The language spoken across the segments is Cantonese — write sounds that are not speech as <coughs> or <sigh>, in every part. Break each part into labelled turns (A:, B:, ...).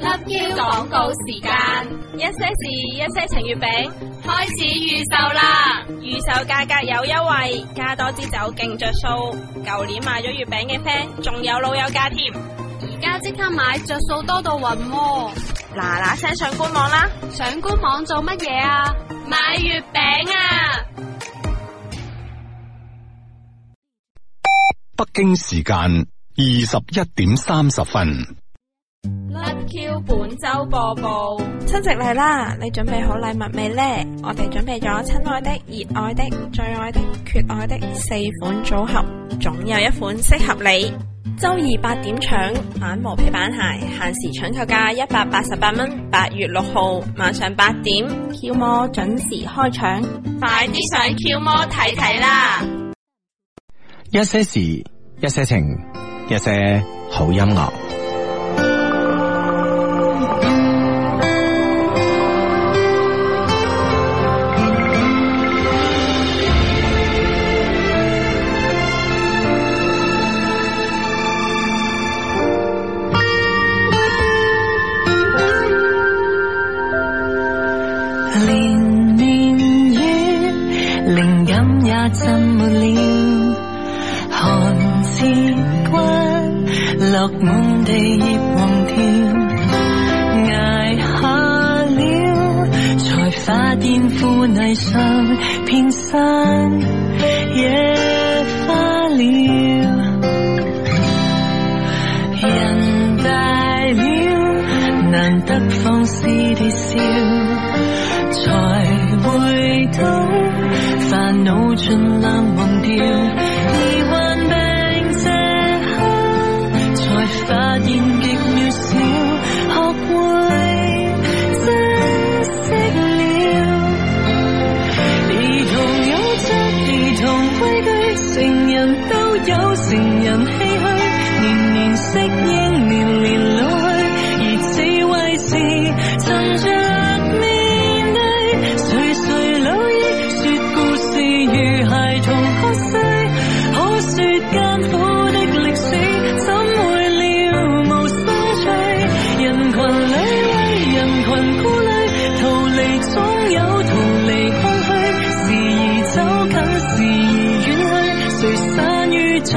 A: Love Q 廣告時間，
B: 一些事，一些情月餅
A: 開始預售啦！
B: 預售價格有優惠，加多支酒勁着數。舊年買咗月餅嘅 friend，仲有老友價添。
A: 而家即刻買，着數多到暈喎！
B: 嗱嗱聲上官網啦！
A: 上官網做乜嘢啊？買月餅啊！
C: 北京時間二十一點三十分。
A: Love Q 本周播報，
B: 親戚嚟啦，你準備好禮物未呢？我哋準備咗親愛的、熱愛的、最愛的、缺愛的四款組合，總有一款適合你。周二八點搶反毛皮板鞋，限時搶購價一百八十八蚊，八月六號晚上八點，Q 魔準時開搶，
A: 快啲上 Q 魔睇睇啦！
D: 一些事，一些情，一些好音樂。
E: 連綿雨，靈感也浸沒了，寒節骨落滿地葉黃掉，捱下了，才發現副泥上片山野花了。人大了，難得放肆地笑，才會懂煩惱盡量忘掉。而患病這刻，才發現極渺小，學會珍惜了。兒童有着兒童規矩，成人都有成人唏噓，年年適應，年年老去，而智慧是沉着面對。歲歲老矣，說故事如孩童哭泣，好說艱苦的歷史，怎會了無生趣？人群裏為人群顧慮，逃離總有逃離空虛，時而走近，時而遠去，誰散與聚，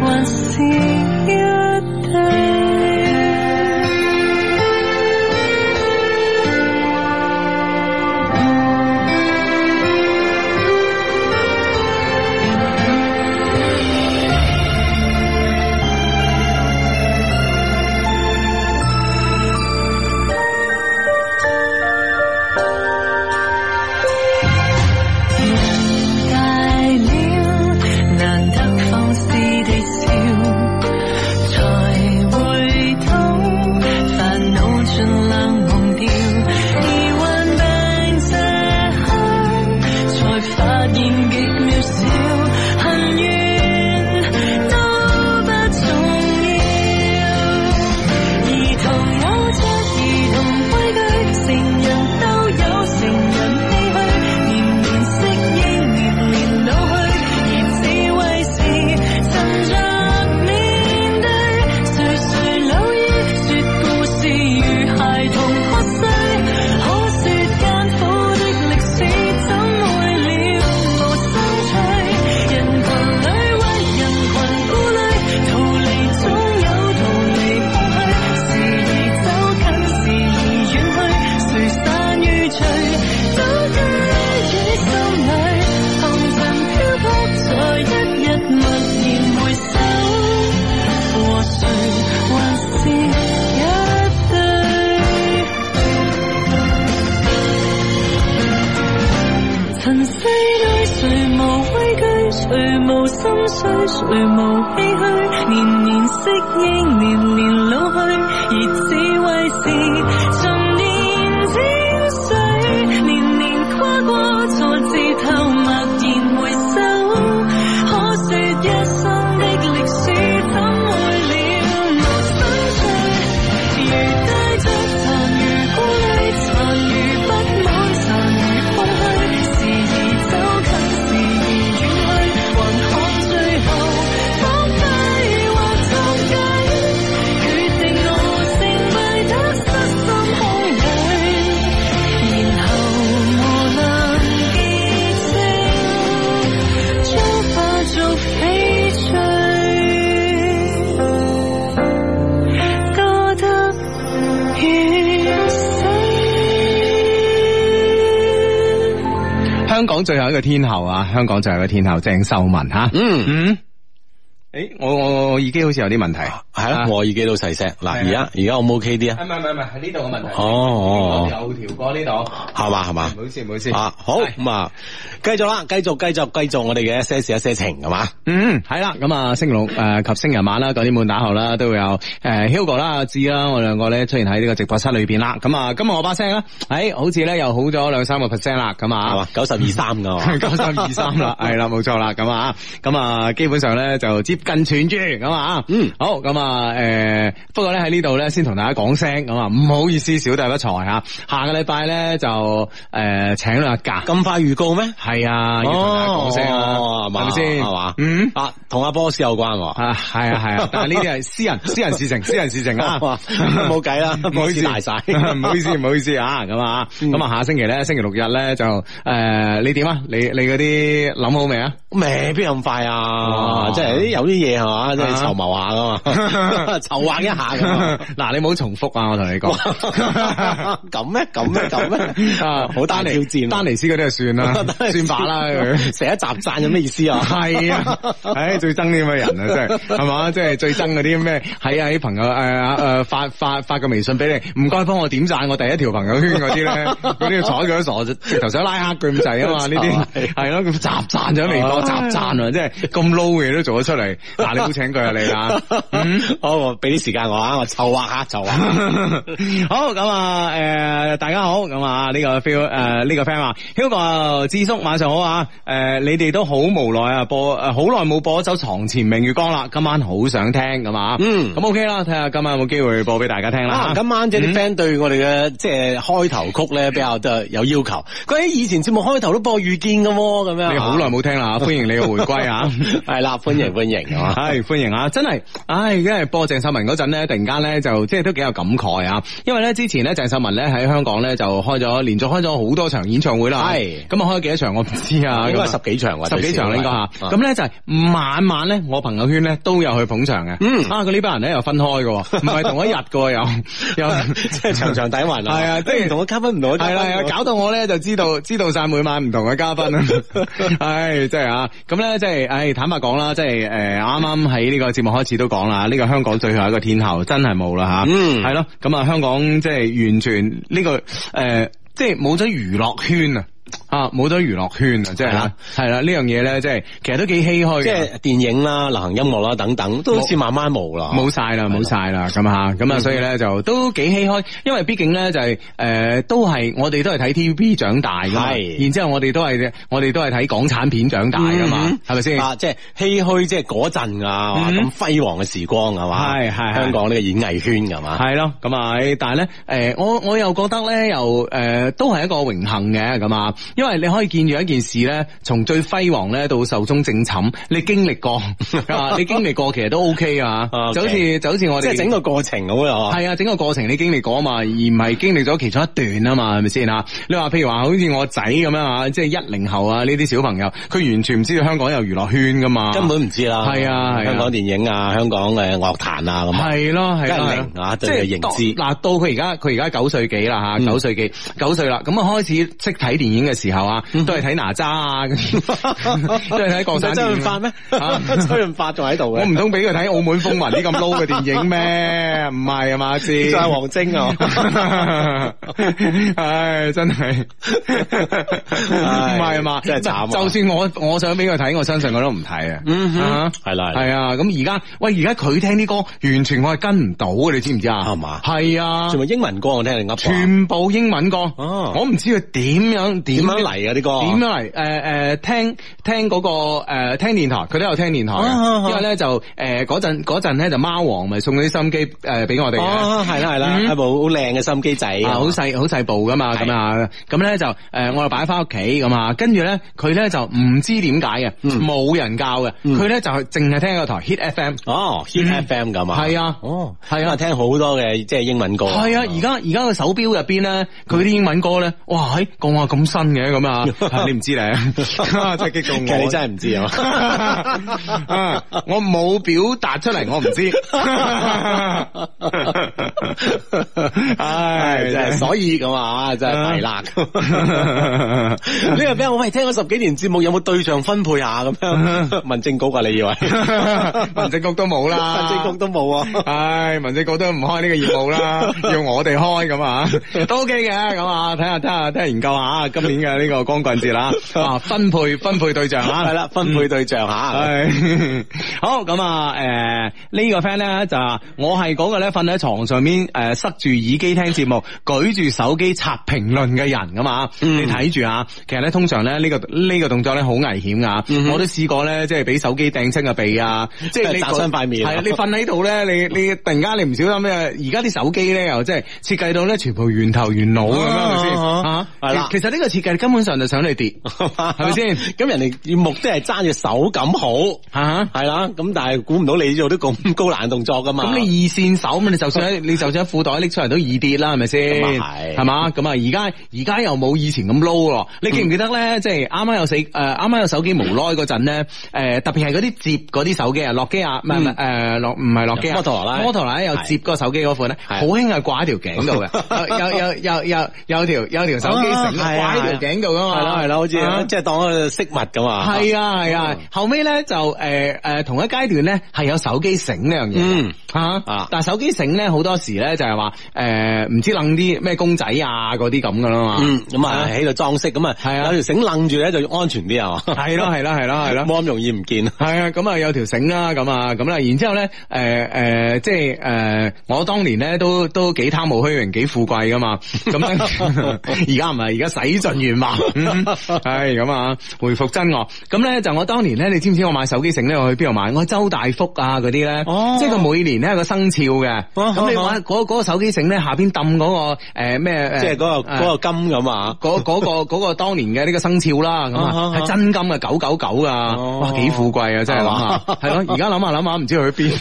E: 還是一對？大了，難得放肆地笑，才會懂煩惱盡量忘掉。而患病這刻，才發現極渺小，恨怨都不重要。兒童有着兒童規矩，成人都有成人唏噓，年年適應，年年老去，而智慧是沉着面對。歲歲老矣，說故事如孩童哭泣，可說艱苦的歷史，怎會了無生趣？人群裏為人群顧慮，逃離總有逃離空虛，時而走近，時而遠去，誰散與聚，都居於心裏。紅塵漂泊，在一日默然回首，和誰還是一對？塵世裏誰無畏懼，誰無心碎，誰無唏噓，年年適應，年年老去，而智慧是沉澱精髓，年年跨過錯字頭，默然回首，可說一生的歷史，怎會了無生趣？如帶着殘餘顧慮，殘餘不滿，殘餘空虛，時而走
D: 香港最後一個天后啊，香港最後一個天后鄭秀文吓。
F: 嗯，
D: 嗯，诶，我我我耳機好似有啲問題。
F: 系啦，我耳機都細聲。嗱，而家而家 O 唔 OK 啲啊？
D: 啊唔係唔係唔係，呢度嘅問題。
F: 哦哦哦
D: 有調過呢度。
F: 係嘛係嘛
D: 唔。好意思，唔好意思。
F: 啊，好咁啊，繼續啦，繼續繼續繼續我哋嘅一些事一些情係嘛？
D: 嗯，系啦，咁啊，星期六诶、呃及星期日晚啦，九點半打後啦，都會有诶、呃 Hugo 啦、阿志啦，我兩個咧出現喺呢個直播室裏边啦。咁啊，今日我把聲咧，诶、好似咧又好咗兩三個 percent 啦，咁
F: 係
D: 啊嗯
F: 嘛。，九十二
D: <laughs>
F: 三噶，
D: 九三二三
F: <laughs>
D: 啦，系啦，冇錯啦，咁啊，咁啊，基本上咧就接近全住咁啊，
F: 嗯
D: 好，咁啊，诶、不過咧喺呢度咧先同大家講聲咁啊，唔好意思，小弟不才吓，下個禮拜咧就诶、呃、请咗阿假，
F: 咁快預告咩？
D: 係啊，要同大家講聲啊，
F: 哦係
D: 係
F: 嘛
D: 咪先，
F: 係嘛
D: 嗯。
F: 啊，同阿 boss 有關喎。
D: 啊，系啊，系啊，但系呢啲系私人、私人事情、私人事情啊，
F: <laughs> 哇 <laughs> 冇計啦
D: 唔好意思，
F: 唔好意思大嗯晒
D: <laughs> 唔好意思，唔好意思啊，咁啊，咁啊，下星期咧，星期六日咧就诶，你點啊？你你嗰啲諗好未啊？
F: 咩邊有咁快啊？
D: 哇
F: 即係有啲嘢係嘛，即係
D: 哦啊
F: 籌謀下噶嘛， <laughs> 籌劃一下㗎嘛。
D: <laughs> 嗱，你唔好重複啊，我同你講。
F: 咁咩？咁咩？咁咩？
D: 啊
F: 好大挑戰喎
D: 丹尼斯嗰啲就算
F: <laughs>
D: 啦，算把啦佢。
F: 成一集讚有咩意思啊？
D: 系啊，唉，最憎呢啲咁嘅人啊，真系，系嘛，即系最憎嗰啲咩喺喺朋友啊诶诶发发发個微信俾你，唔該幫我點赞我第一條朋友圈嗰啲咧，
F: <laughs>
D: 嗰啲睬佢都傻，直頭想拉黑佢咁滯啊嘛，呢啲係咯，咁集赞咗微
F: <laughs>
D: 博，集赞啊，即係咁 low 嘅嘢都做得出嚟，嗱，你好請佢啊你啊，嗯
F: 好，我俾啲時間我啊，我籌劃下，籌劃
D: <laughs>
F: 下。
D: 好咁啊，诶、大家好，咁啊，呢、個 feel 诶、呢、個 friend 話 Hugo 啊智叔晚上好啊，诶、你哋都好無奈啊，播诶好耐冇播一首《床前明月光》啦，今晚好想聽咁啊，
F: 嗯
D: 咁 OK 啦，睇下今晚有冇機會播俾大家聽啦
F: 啊，，今晚即係啲 friend 對我哋嘅即係開頭曲咧比較都有要求。佢喺以前節目開頭都播遇見嘅喎，咁樣
D: 你好耐冇聽
F: <laughs>
D: 啦，歡迎你嘅回歸啊！
F: 啊係啦，歡迎歡迎啊！
D: 系歡迎啊！真係，唉，因為播鄭秀文嗰陣咧，突然間咧就即係都幾有感慨啊！因為咧之前咧鄭秀文咧喺香港咧就開咗連續開咗好多場演唱會啦，
F: 係哦
D: 咁啊開咗幾多場我唔知啊，
F: 應該係
D: 咁
F: 十
D: 啊
F: 幾場喎，
D: 十幾場啦應該嚇，
F: 咁
D: 咁咧就係晚晚咧，我朋友圈咧都有去捧場嘅。
F: 嗯
D: 啊，佢呢班人咧又分開嘅喎，唔係同一日嘅喎，又又
F: <laughs> 即係場場底雲啊，
D: 係啊即係
F: 唔同嘅嘉賓唔同嘅嘉
D: 系
F: 賓
D: 啦，係
F: 喎
D: 啦搞到我咧就知 <laughs> 道知道晒每晚唔同嘅嘉 <laughs> 賓啦。唉，真係啊，咁咧即係唉，坦白講啦，即係诶，誒啱啱喺呢個節目開始都講啦，呢、個香港最後一個天后真係冇啦吓，
F: 嗯
D: 係咯，咁啊香港即係完全呢、個个誒即係冇咗娛樂圈啊。啊，冇咗娛樂圈啊，即係啦
F: 係啦，
D: 係啦，呢樣嘢咧，即係其實都幾唏啊噓嘅。
F: 即係電影啦、流行音樂啦等
D: 嗯
F: 等，都好似慢慢冇啦。
D: 冇晒啦，冇晒啦，咁吓，咁啊，
F: 嗯
D: 所以咧就都幾唏噓，因為畢竟咧就係、呃都係我哋都係睇 TVB 長大噶嘛，
F: 係
D: 然之後我哋都係我哋都係睇港產片長大噶嘛
F: 嗯，
D: 係咪先？
F: 啊，即係唏噓，即係嗰陣啊，哇
D: 嗯
F: 咁輝煌嘅時光係嘛，
D: 係係係
F: 香港呢啊個演藝圈係嘛，
D: 係咯，咁啊，但係咧，诶、我我又覺得咧，又诶、呃都係一個榮幸嘅咁啊，因為你可以見住一件事咧，從最輝煌咧到壽終正寢，你經歷過， <laughs> 啊你經歷過其實都 OK 啊，
F: OK
D: 就好似就好似我
F: 即
D: 哋
F: 係整個過程好啊，
D: 系啊，整個過程你經歷過啊嘛，而唔係經歷咗其中一段啊嘛，係咪先啊？你話譬如話好似我仔咁樣啊，即係一零後啊呢啲小朋友，佢完全唔知道香港有娛樂圈噶嘛，
F: 根本唔知啦。
D: 係啊係啊
F: 香港電影啊，香港嘅樂壇啊咁啊。
D: 係咯係
F: 梗
D: 咯
F: 係
D: 係
F: 零
D: 咯
F: 啊對佢
D: 到
F: 認知
D: 嗱，到佢而家佢而家九歲幾啦
F: 嗯
D: 吓，九歲幾九歲啦，咁啊開始識睇電影嘅時候啊，
F: 嗯
D: 都係睇哪吒
F: <laughs>
D: 啊，嗰啲都係睇國產
F: 周
D: 電
F: 潤
D: 影
F: 發咩？ <laughs>
D: 啊
F: 周潤發仲喺度
D: 我
F: 嘅
D: 唔，通俾佢睇澳門風雲啲咁 low 嘅電影咩？唔係啊嘛，先。
F: 仲係王晶啊！
D: <laughs> 唉，真係，唔係啊嘛，
F: 真係慘啊
D: 就算我我想俾佢睇，我相信我都唔睇啊。
F: 嗯哼
D: 啊
F: 係啦係啦
D: 係啊。咁而家喂，而家佢聽啲歌，完全我係跟唔到嘅，你知唔知啊？
F: 係嘛
D: 係啊，
F: 全部英文歌我聽你噏過啊，
D: 全部英文歌。
F: 哦
D: 我唔知佢點樣點
F: 點樣嚟啊啲歌？
D: 點樣嚟？誒、誒，聽聽嗰、個誒、聽電台，佢都有聽電台嘅，
F: 啊啊啊
D: 因為咧就誒嗰陣嗰陣咧就貓王咪送咗啲心機誒俾我哋嘅。
F: 哦，係啦係啦，
D: 嗯
F: 一部好靚嘅心機仔
D: 啊，
F: 啊，
D: 好細好細部噶嘛，
F: 係
D: 咁啊，咁咧就誒、我就擺翻屋企咁啊，跟住咧佢咧就唔知點解嘅，
F: 嗯
D: 冇、人教嘅，
F: 嗯
D: 佢咧就係淨係聽個台 Hit FM，
F: 哦，Hit
D: 嗯
F: FM 咁啊，
D: 係啊
F: 哦，
D: 係
F: 咁
D: 啊
F: 啊，。聽好哦多嘅即係英文歌，啊
D: 哎係啊，而家而家個手錶入邊咧，佢啲英文歌咧，哇，喺講話咁新嘅嘅咁
F: <laughs>
D: 啊？你唔知咧， <laughs> 真係激到
F: 其實
D: 我。
F: 你真係唔知啊嘛。
D: <laughs> 啊！我冇表達出嚟，我唔知。 <laughs> 唉，
F: 唉，真係所以咁啊，真係弊啦。呢個俾我喂，聽咗十幾年節目，有冇對象分配下咁
D: <laughs>
F: 樣？民政局啊，你以為？
D: <laughs> 民政局都冇啦，
F: 民政局都冇啊。
D: <laughs> 唉，民政局都唔開呢個業務
F: <laughs>
D: 啦，要我哋開咁啊，都 OK 嘅咁啊，睇下睇下睇下研究下今年嘅呢個光棍節
F: <laughs>
D: 啦，啊分配分配對象啦，
F: 係啦，分配對象吓，
D: 係 <laughs> 好咁啊！誒、呢、個 friend 咧就話我係嗰個咧瞓喺床上面誒、塞住耳機聽節目，舉住手機刷評論嘅人噶嘛。
F: 嗯
D: 你睇住啊，其實咧通常咧呢、個呢、個動作咧好危險噶，
F: 嗯
D: 我都試過咧即係俾手機掟親個鼻啊，即 <laughs> 係你
F: 砸親塊面
D: 係啊，你瞓喺度咧，你你突然間你唔小心咧，而家啲手機咧又即係設計到咧全部圓頭圓腦咁樣，係咪先
F: 啊
D: 啊？
F: 係啦
D: 其其實呢個設計根本上就想你
F: <laughs>
D: 跌，係咪先？
F: 咁人哋目的係揸住手感好，
D: 啊？
F: 係啦。咁但係估唔到你做啲咁高難動作噶嘛。哦
D: 咁你二線手咁，你就算喺你就算喺褲袋拎出嚟都易跌啦，係咪先？
F: 咁啊係
D: 係嘛？咁啊，而家而家又冇以前咁撈咯。你記唔記得
F: 嗯
D: 咧？即係啱啱有死誒，啱啱有手機無耐嗰陣咧，誒特別係嗰啲摺嗰啲手機啊，諾基亞唔係唔係誒諾唔係諾基亞，啊
F: 嗯摩托羅拉
D: 摩托羅拉有摺嗰個手機嗰款咧，
F: 係
D: 好興係掛喺條頸度嘅，
F: <laughs>
D: 有有有有有有條有條手機繩
F: 啊係
D: 掛
F: 啊
D: 喺條頸度噶嘛，
F: 係啦係啦，好似
D: 啊
F: 即係當一個飾物咁啊。
D: 係啊係啊
F: 嗯，
D: 後尾咧就誒誒同一階段咧係有手機繩呢樣嘢
F: 嗯
D: 嘅嚇
F: 啊
D: 但係手機繩咧好多時咧就係話誒唔知楞啲咩公仔啊嗰啲咁噶啦嘛，
F: 嗯，咁啊喺度裝飾，咁啊
D: 係啊
F: 有條繩楞住咧就安全啲啊嘛，
D: 係咯係咯係咯係咯。
F: 冇咁容易唔見。
D: 系啊，咁啊有條繩啦，咁啊咁啦，然之后咧，诶、诶、即係诶、誒我當年咧都都幾貪慕虛榮，幾富貴噶嘛，咁樣
F: <laughs>
D: 而家唔係，而家使盡願望，嗯係咁啊，回復真我。咁咧就我當年咧，你知唔知我買手機繩咧，我去邊度買？我去周大福啊嗰啲咧，
F: 哦
D: 即係佢每年咧有個生肖嘅，咁、你玩嗰嗰個手機繩咧下邊揼嗰個诶咩、誒
F: 即係嗰個
D: 誒
F: 嗰個金咁啊。
D: 嗰嗰、個
F: <laughs>
D: 嗰、個當年嘅呢個生肖啦，咁
F: 啊
D: 啊
F: 啊
D: 係真金嘅九九九啊，
F: 哦
D: 哇幾富貴啊真係諗
F: 係嘛
D: 下，係咯，而家諗下諗下唔知去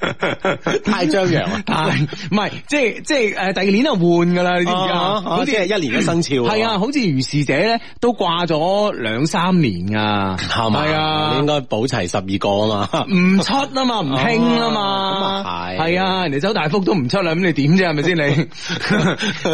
D: 邊，
F: <laughs> 太張揚啊
D: 但係唔係即係即係誒第二年就換噶啦，你知唔知啊？
F: 好
D: 好
F: 似
D: 似
F: 係一年嘅生肖。
D: 係啊，，好似如是者咧都掛咗兩三年啊，
F: 係嘛？
D: 係
F: 你
D: 啊
F: 應。該補齊十二個啊嘛。
D: 唔出啊嘛，唔興啊
F: 哦
D: 嘛，
F: 咁啊係
D: 係啊，人哋周大福都唔出啦，咁你點啫？係咪先
F: <laughs>
D: 你？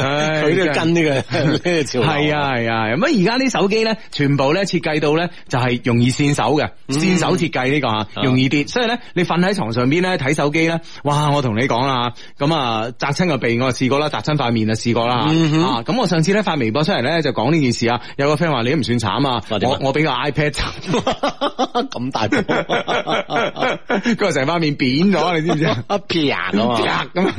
D: 唉
F: 佢
D: 真
F: 都要
D: 係
F: 跟呢個呢個潮流。
D: 係啊係啊，咁而家啲手機咧，全部咧設計到咧就係容易跣手嘅，跣手設計呢個嗯啊，容易跌。所以咧，你瞓喺床上邊咧睇手機咧，哇！我同你講啦，咁啊砸親個鼻我試過啦，砸親塊面啊試過啦。啊，咁我上次咧發微博出嚟咧就講呢件事啊，有個 friend 話你都唔算慘 <laughs> 啊，
F: 話點啊
D: 我我俾個 iPad 砸，
F: 咁大波，
D: 佢話成塊面扁咗，你知唔知 <laughs> 啊？
F: 一撇人啊
D: <laughs>
F: 嘛。
D: 咁啊，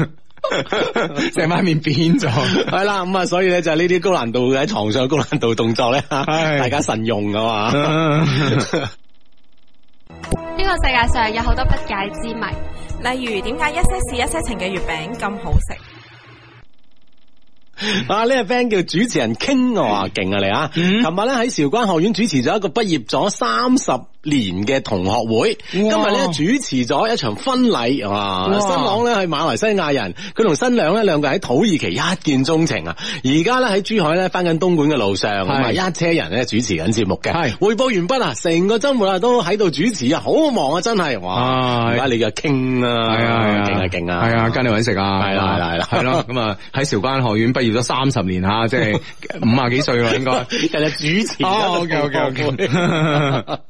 D: 成塊面扁咗。
F: 系啦，咁啊，所以咧就係呢啲高難度嘅喺床上高難度動作咧，
D: 係
F: 大家慎用噶嘛。
A: 呢個世界上有好多不解之謎，
B: 例如點解一些事一些情嘅月餅咁好食？
F: 啊！呢個 friend 叫主持人傾我
D: 嗯
F: 話勁啊你啊！琴日咧喺韶關學院主持咗一個畢業咗三十年嘅同學會，今日咧主持咗一場婚禮，哇！
D: 哇
F: 新郎咧係馬來西亞人，佢同新娘咧兩個喺土耳其一見鐘情啊！而家咧喺珠海咧翻緊東莞嘅路上，咁啊
D: 係
F: 一車人咧主持緊節目嘅，
D: 係
F: 匯報完畢啊！成個周末啊都喺度主持啊，好忙啊真係，哇！
D: <laughs> 啊
F: 而家你嘅傾啊，
D: 系啊，係
F: 勁啊勁啊，
D: 系啊，跟你搵食啊，
F: 係啦係啦係啦
D: 系咯，咁啊喺韶關學院畢業咗三十年吓， <laughs> 即係五啊幾歲啦，應該
F: 人哋主持
D: 哦，OK，OK，OK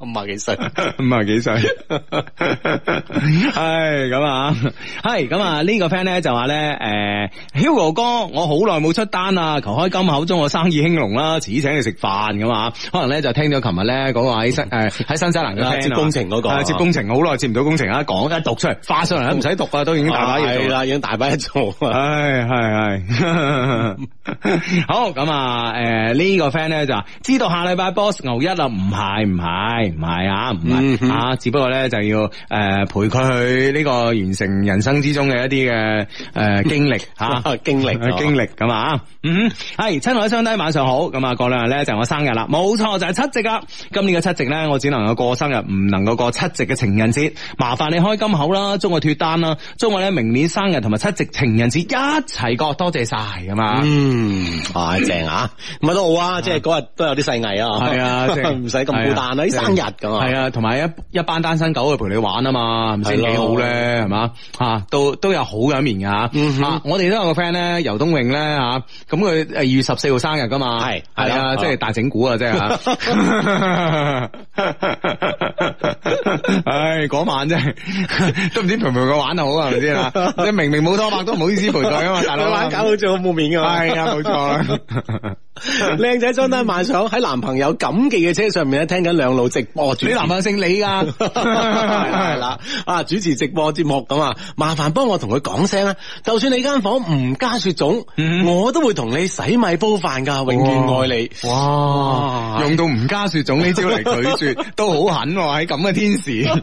F: <laughs> <laughs> 五啊幾歲？
D: 五啊幾歲，係咁啊，係咁啊，呢個 friend 咧就話咧，诶，Hugo 哥，我好耐冇出單啦，求開金口，祝我生意興隆啦，遲啲請你食飯咁啊，可能咧就聽咗琴日咧嗰個喺新诶喺新西蘭嘅 friend 啊
F: 嗯接工程嗰個
D: 係接工程好耐接唔到工程啊，講一讀出嚟，發上嚟都唔使讀啊，都已經大把嘢做
F: 係
D: 啦。
F: 啦，已經大把嘢做啊！
D: 唉， <laughs> 系系，好呃啊咁啊！诶、呢、個 friend 咧就話知道下禮拜 boss 牛一啦，唔係唔係唔係啊，唔
F: 嗯
D: 係
F: 哼
D: 啊，只不過咧就要诶陪佢去呢個完成人生之中嘅一啲嘅诶經
F: <laughs>
D: 歷吓。
F: 經歷
D: <laughs> 啊經歷咁啊，嗯，系親愛嘅雙低，晚上好，咁啊過兩日咧就我生日啦，冇錯就係七夕啦。啊今年嘅七夕咧，我只能夠過生日，唔能夠過七夕嘅情人節。麻煩你開金口啦，祝我脱單啦，祝我咧明年生日同埋七夕情人節一齊過，多謝晒咁啊。
F: 嗯，啊正啊，咁啊都好啊，即係嗰日都有啲細藝啊，
D: 係啊，即係
F: <laughs> 唔使咁孤單啊，啲生日咁啊，
D: 系啊，同埋一一班單身狗去陪你玩啊嘛，係咪先
F: 係咯
D: 幾好咧，係嘛啊，都都有好嘅一面噶
F: 嗯哼
D: 啊，我哋都有個 friend 咧，游東泳咧吓，咁佢呃誒二月十四號生日噶嘛，
F: 係
D: 係
F: 係
D: 啊，
F: 啦
D: 即係大整蠱啊，即係
F: <laughs>
D: 嚇唉，嗰晚真係 <laughs> 都唔知陪唔陪佢玩好啊，係咪先
F: <laughs>
D: 啊？即係明明冇拖拍都唔好意思陪佢啊嘛，大佬
F: 你玩搞到最好
D: <laughs>
F: 冇面㗎嘛。
D: 係啊，冇錯
F: <laughs>
D: 啦。
F: 靓仔张丹晚上喺男朋友錦記嘅車上面咧，聽緊兩路直播主持。
D: 你男朋友姓李啊噶，
F: <laughs> 係啦，啊主持直播節目咁啊，麻煩幫我同佢講聲啦。就算你間房唔加雪種，
D: 嗯
F: 我都會同你洗米煲飯㗎，永遠愛你。
D: 哇！用到吳家雪種呢招嚟拒
F: <laughs>
D: 絕，都好狠喎！喺咁嘅天時，啊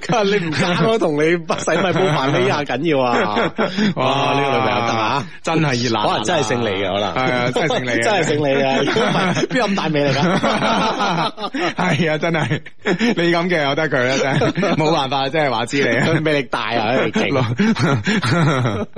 F: 佢話你唔加我同你不洗米煲飯呢下緊要啊！哇，呢個女朋友得啊！，
D: 真係熱辣辣啊，
F: 可能真係姓李嘅可能
D: 係啊，真係姓李啊，
F: <laughs> 真係姓
D: <laughs>
F: 李啊！如果唔係邊有咁大啊味嚟 <laughs> 㗎？
D: 係啊，真係你咁嘅由得佢啦，啊真係冇辦法，真係話知你啊。
F: 佢魅力大啊！佢
D: <laughs>
F: 勁
D: 咯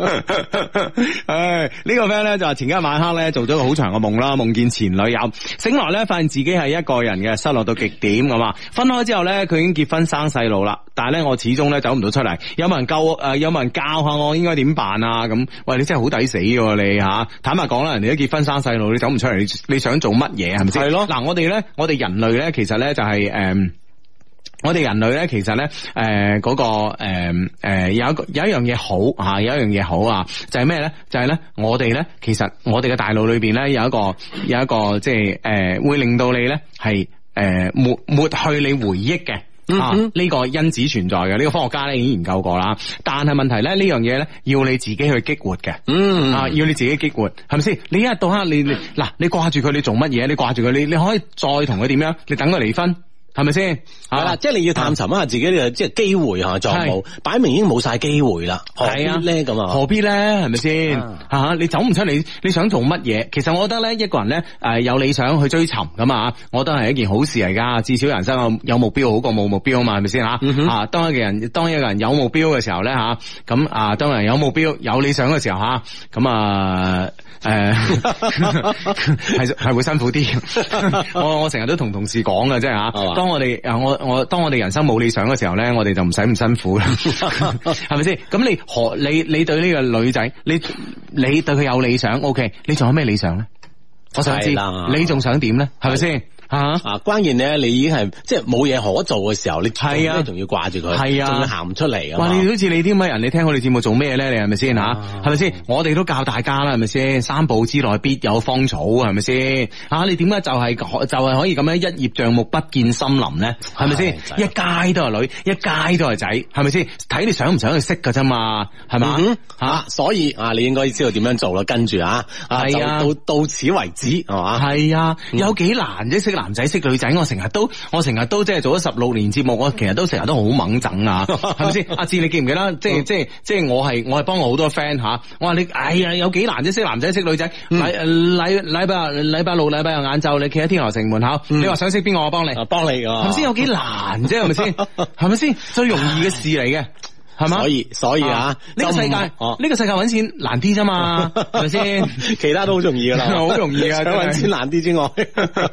D: 唉，呢個 friend 咧就話前一晚黑咧做咗個好長嘅夢啦，夢見前女友，醒來咧發現自己係一個人嘅，失落到極點咁啊！分開之後咧，佢已經結婚生細路啦，但係咧我始終咧走唔到出嚟，有冇人救誒、有冇人教下我應該點辦啊？咁，喂，你真係好抵死喎你嚇、坦白講啦，人哋都結婚生細路，你走唔出嚟，你你想做乜嘢係咪先？係咯，嗱，我哋咧，我哋人類咧，其實咧就係、誒我哋人類咧，其實咧，誒、嗰、個誒、誒有一個有一樣嘢好啊，有一樣嘢好啊，就係咩咧？就係、呢，咧，我哋咧，其實我哋嘅大腦裏邊咧有一個有一個即係誒，會令到你咧係誒抹抹去你回憶嘅。
F: 嗯
D: 啊！呢、個因子存在嘅，呢、個科學家咧已經研究過啦。但係問題咧，呢樣嘢咧要你自己去激活嘅。
F: 嗯
D: 啊，要你自己激活，係咪先？你一日到黑，你你嗱，你掛住佢，你做乜嘢？你掛住佢，你你可以再同佢點樣？你等佢離婚，係咪先？啊
F: 系啦，即系你要探尋一下自己嘅即系机会吓，仲有冇？擺明已經冇晒機會啦，何必
D: 係啊
F: 咧咁啊？
D: 何必咧？係咪先？
F: 啊
D: 吓，你走唔出你你想做乜嘢？其實我覺得咧，一個人咧，诶有理想去追尋咁啊，我覺得係一件好事嚟噶。至少人生有有目標好過冇目標啊嘛，係咪先吓？
F: 嗯
D: 啊，当一個人當一個人有目標嘅時候咧吓，咁啊，當人有目標有理想嘅時候吓，咁啊。
F: <laughs>
D: 诶， <laughs> 係系会辛苦啲。我我成日都同同事講嘅，即係
F: 係
D: 吓。
F: 嘛
D: 當我哋啊，我我当我哋人生冇理想嘅時候咧，我哋就唔使咁辛
F: <laughs>
D: 苦啦，係咪先？咁你何你你对呢個女仔，你你對佢有理想，OK，你仲有咩理想咧？我想知
F: 係啦
D: 你仲想點咧？係咪先？吓
F: 啊，關鍵咧，你已經係即係冇嘢可做嘅時候，你
D: 係啊
F: 做咩仲要掛住佢，
D: 係啊
F: 仲要行唔出嚟
D: 哇！你
F: 啊！
D: 好似你啲咁嘅人，你聽我哋節目做咩咧？你係咪先吓？係咪先？我哋都教大家啦，係咪先？三步之內必有芳草，係咪先？啊！你點解就係、就係、可以咁樣一葉障目不見森林咧？係咪先
F: 係？真係
D: 一街都係女，一街都係仔，係咪先？睇你想唔想去識㗎啫嘛，係嘛
F: 嗯哼？
D: 嚇、
F: 啊，所以啊，你應該知道點樣做啦，跟住啊，啊，就
D: 係啊
F: 到到此為止，係嘛？
D: 係啊，
F: 嗯
D: 有幾難啫？識男仔識女仔，我成日都我成日都即係做咗十六年節目，我其實都成日都好猛整
F: <laughs>
D: 啊，係咪先？阿志你記唔記得？即
F: 嗯
D: 係即係即係我係我係幫我好多 friend 吓，我話你哎呀有幾難啫？識男仔識女仔，
F: 嗯
D: 禮禮禮拜禮拜六禮拜日晏晝，你企喺天河城門口，你話想識邊個，我幫你，
F: 嗯啊，幫你㗎
D: 係咪先？有幾難啫？係咪
F: <laughs>
D: 先？係咪先？最容易嘅事嚟嘅。係嘛？
F: 所以所以啊
D: 呢個世界，
F: 就唔
D: 呢
F: 哦
D: 個世界揾錢難啲啫嘛，係咪
F: <laughs>
D: 先？
F: 其他都好容易噶啦，
D: <laughs> 好容易
F: <laughs>
D: 啊
F: 除咗揾
D: 真係
F: 錢難啲之
D: <laughs>
F: 外，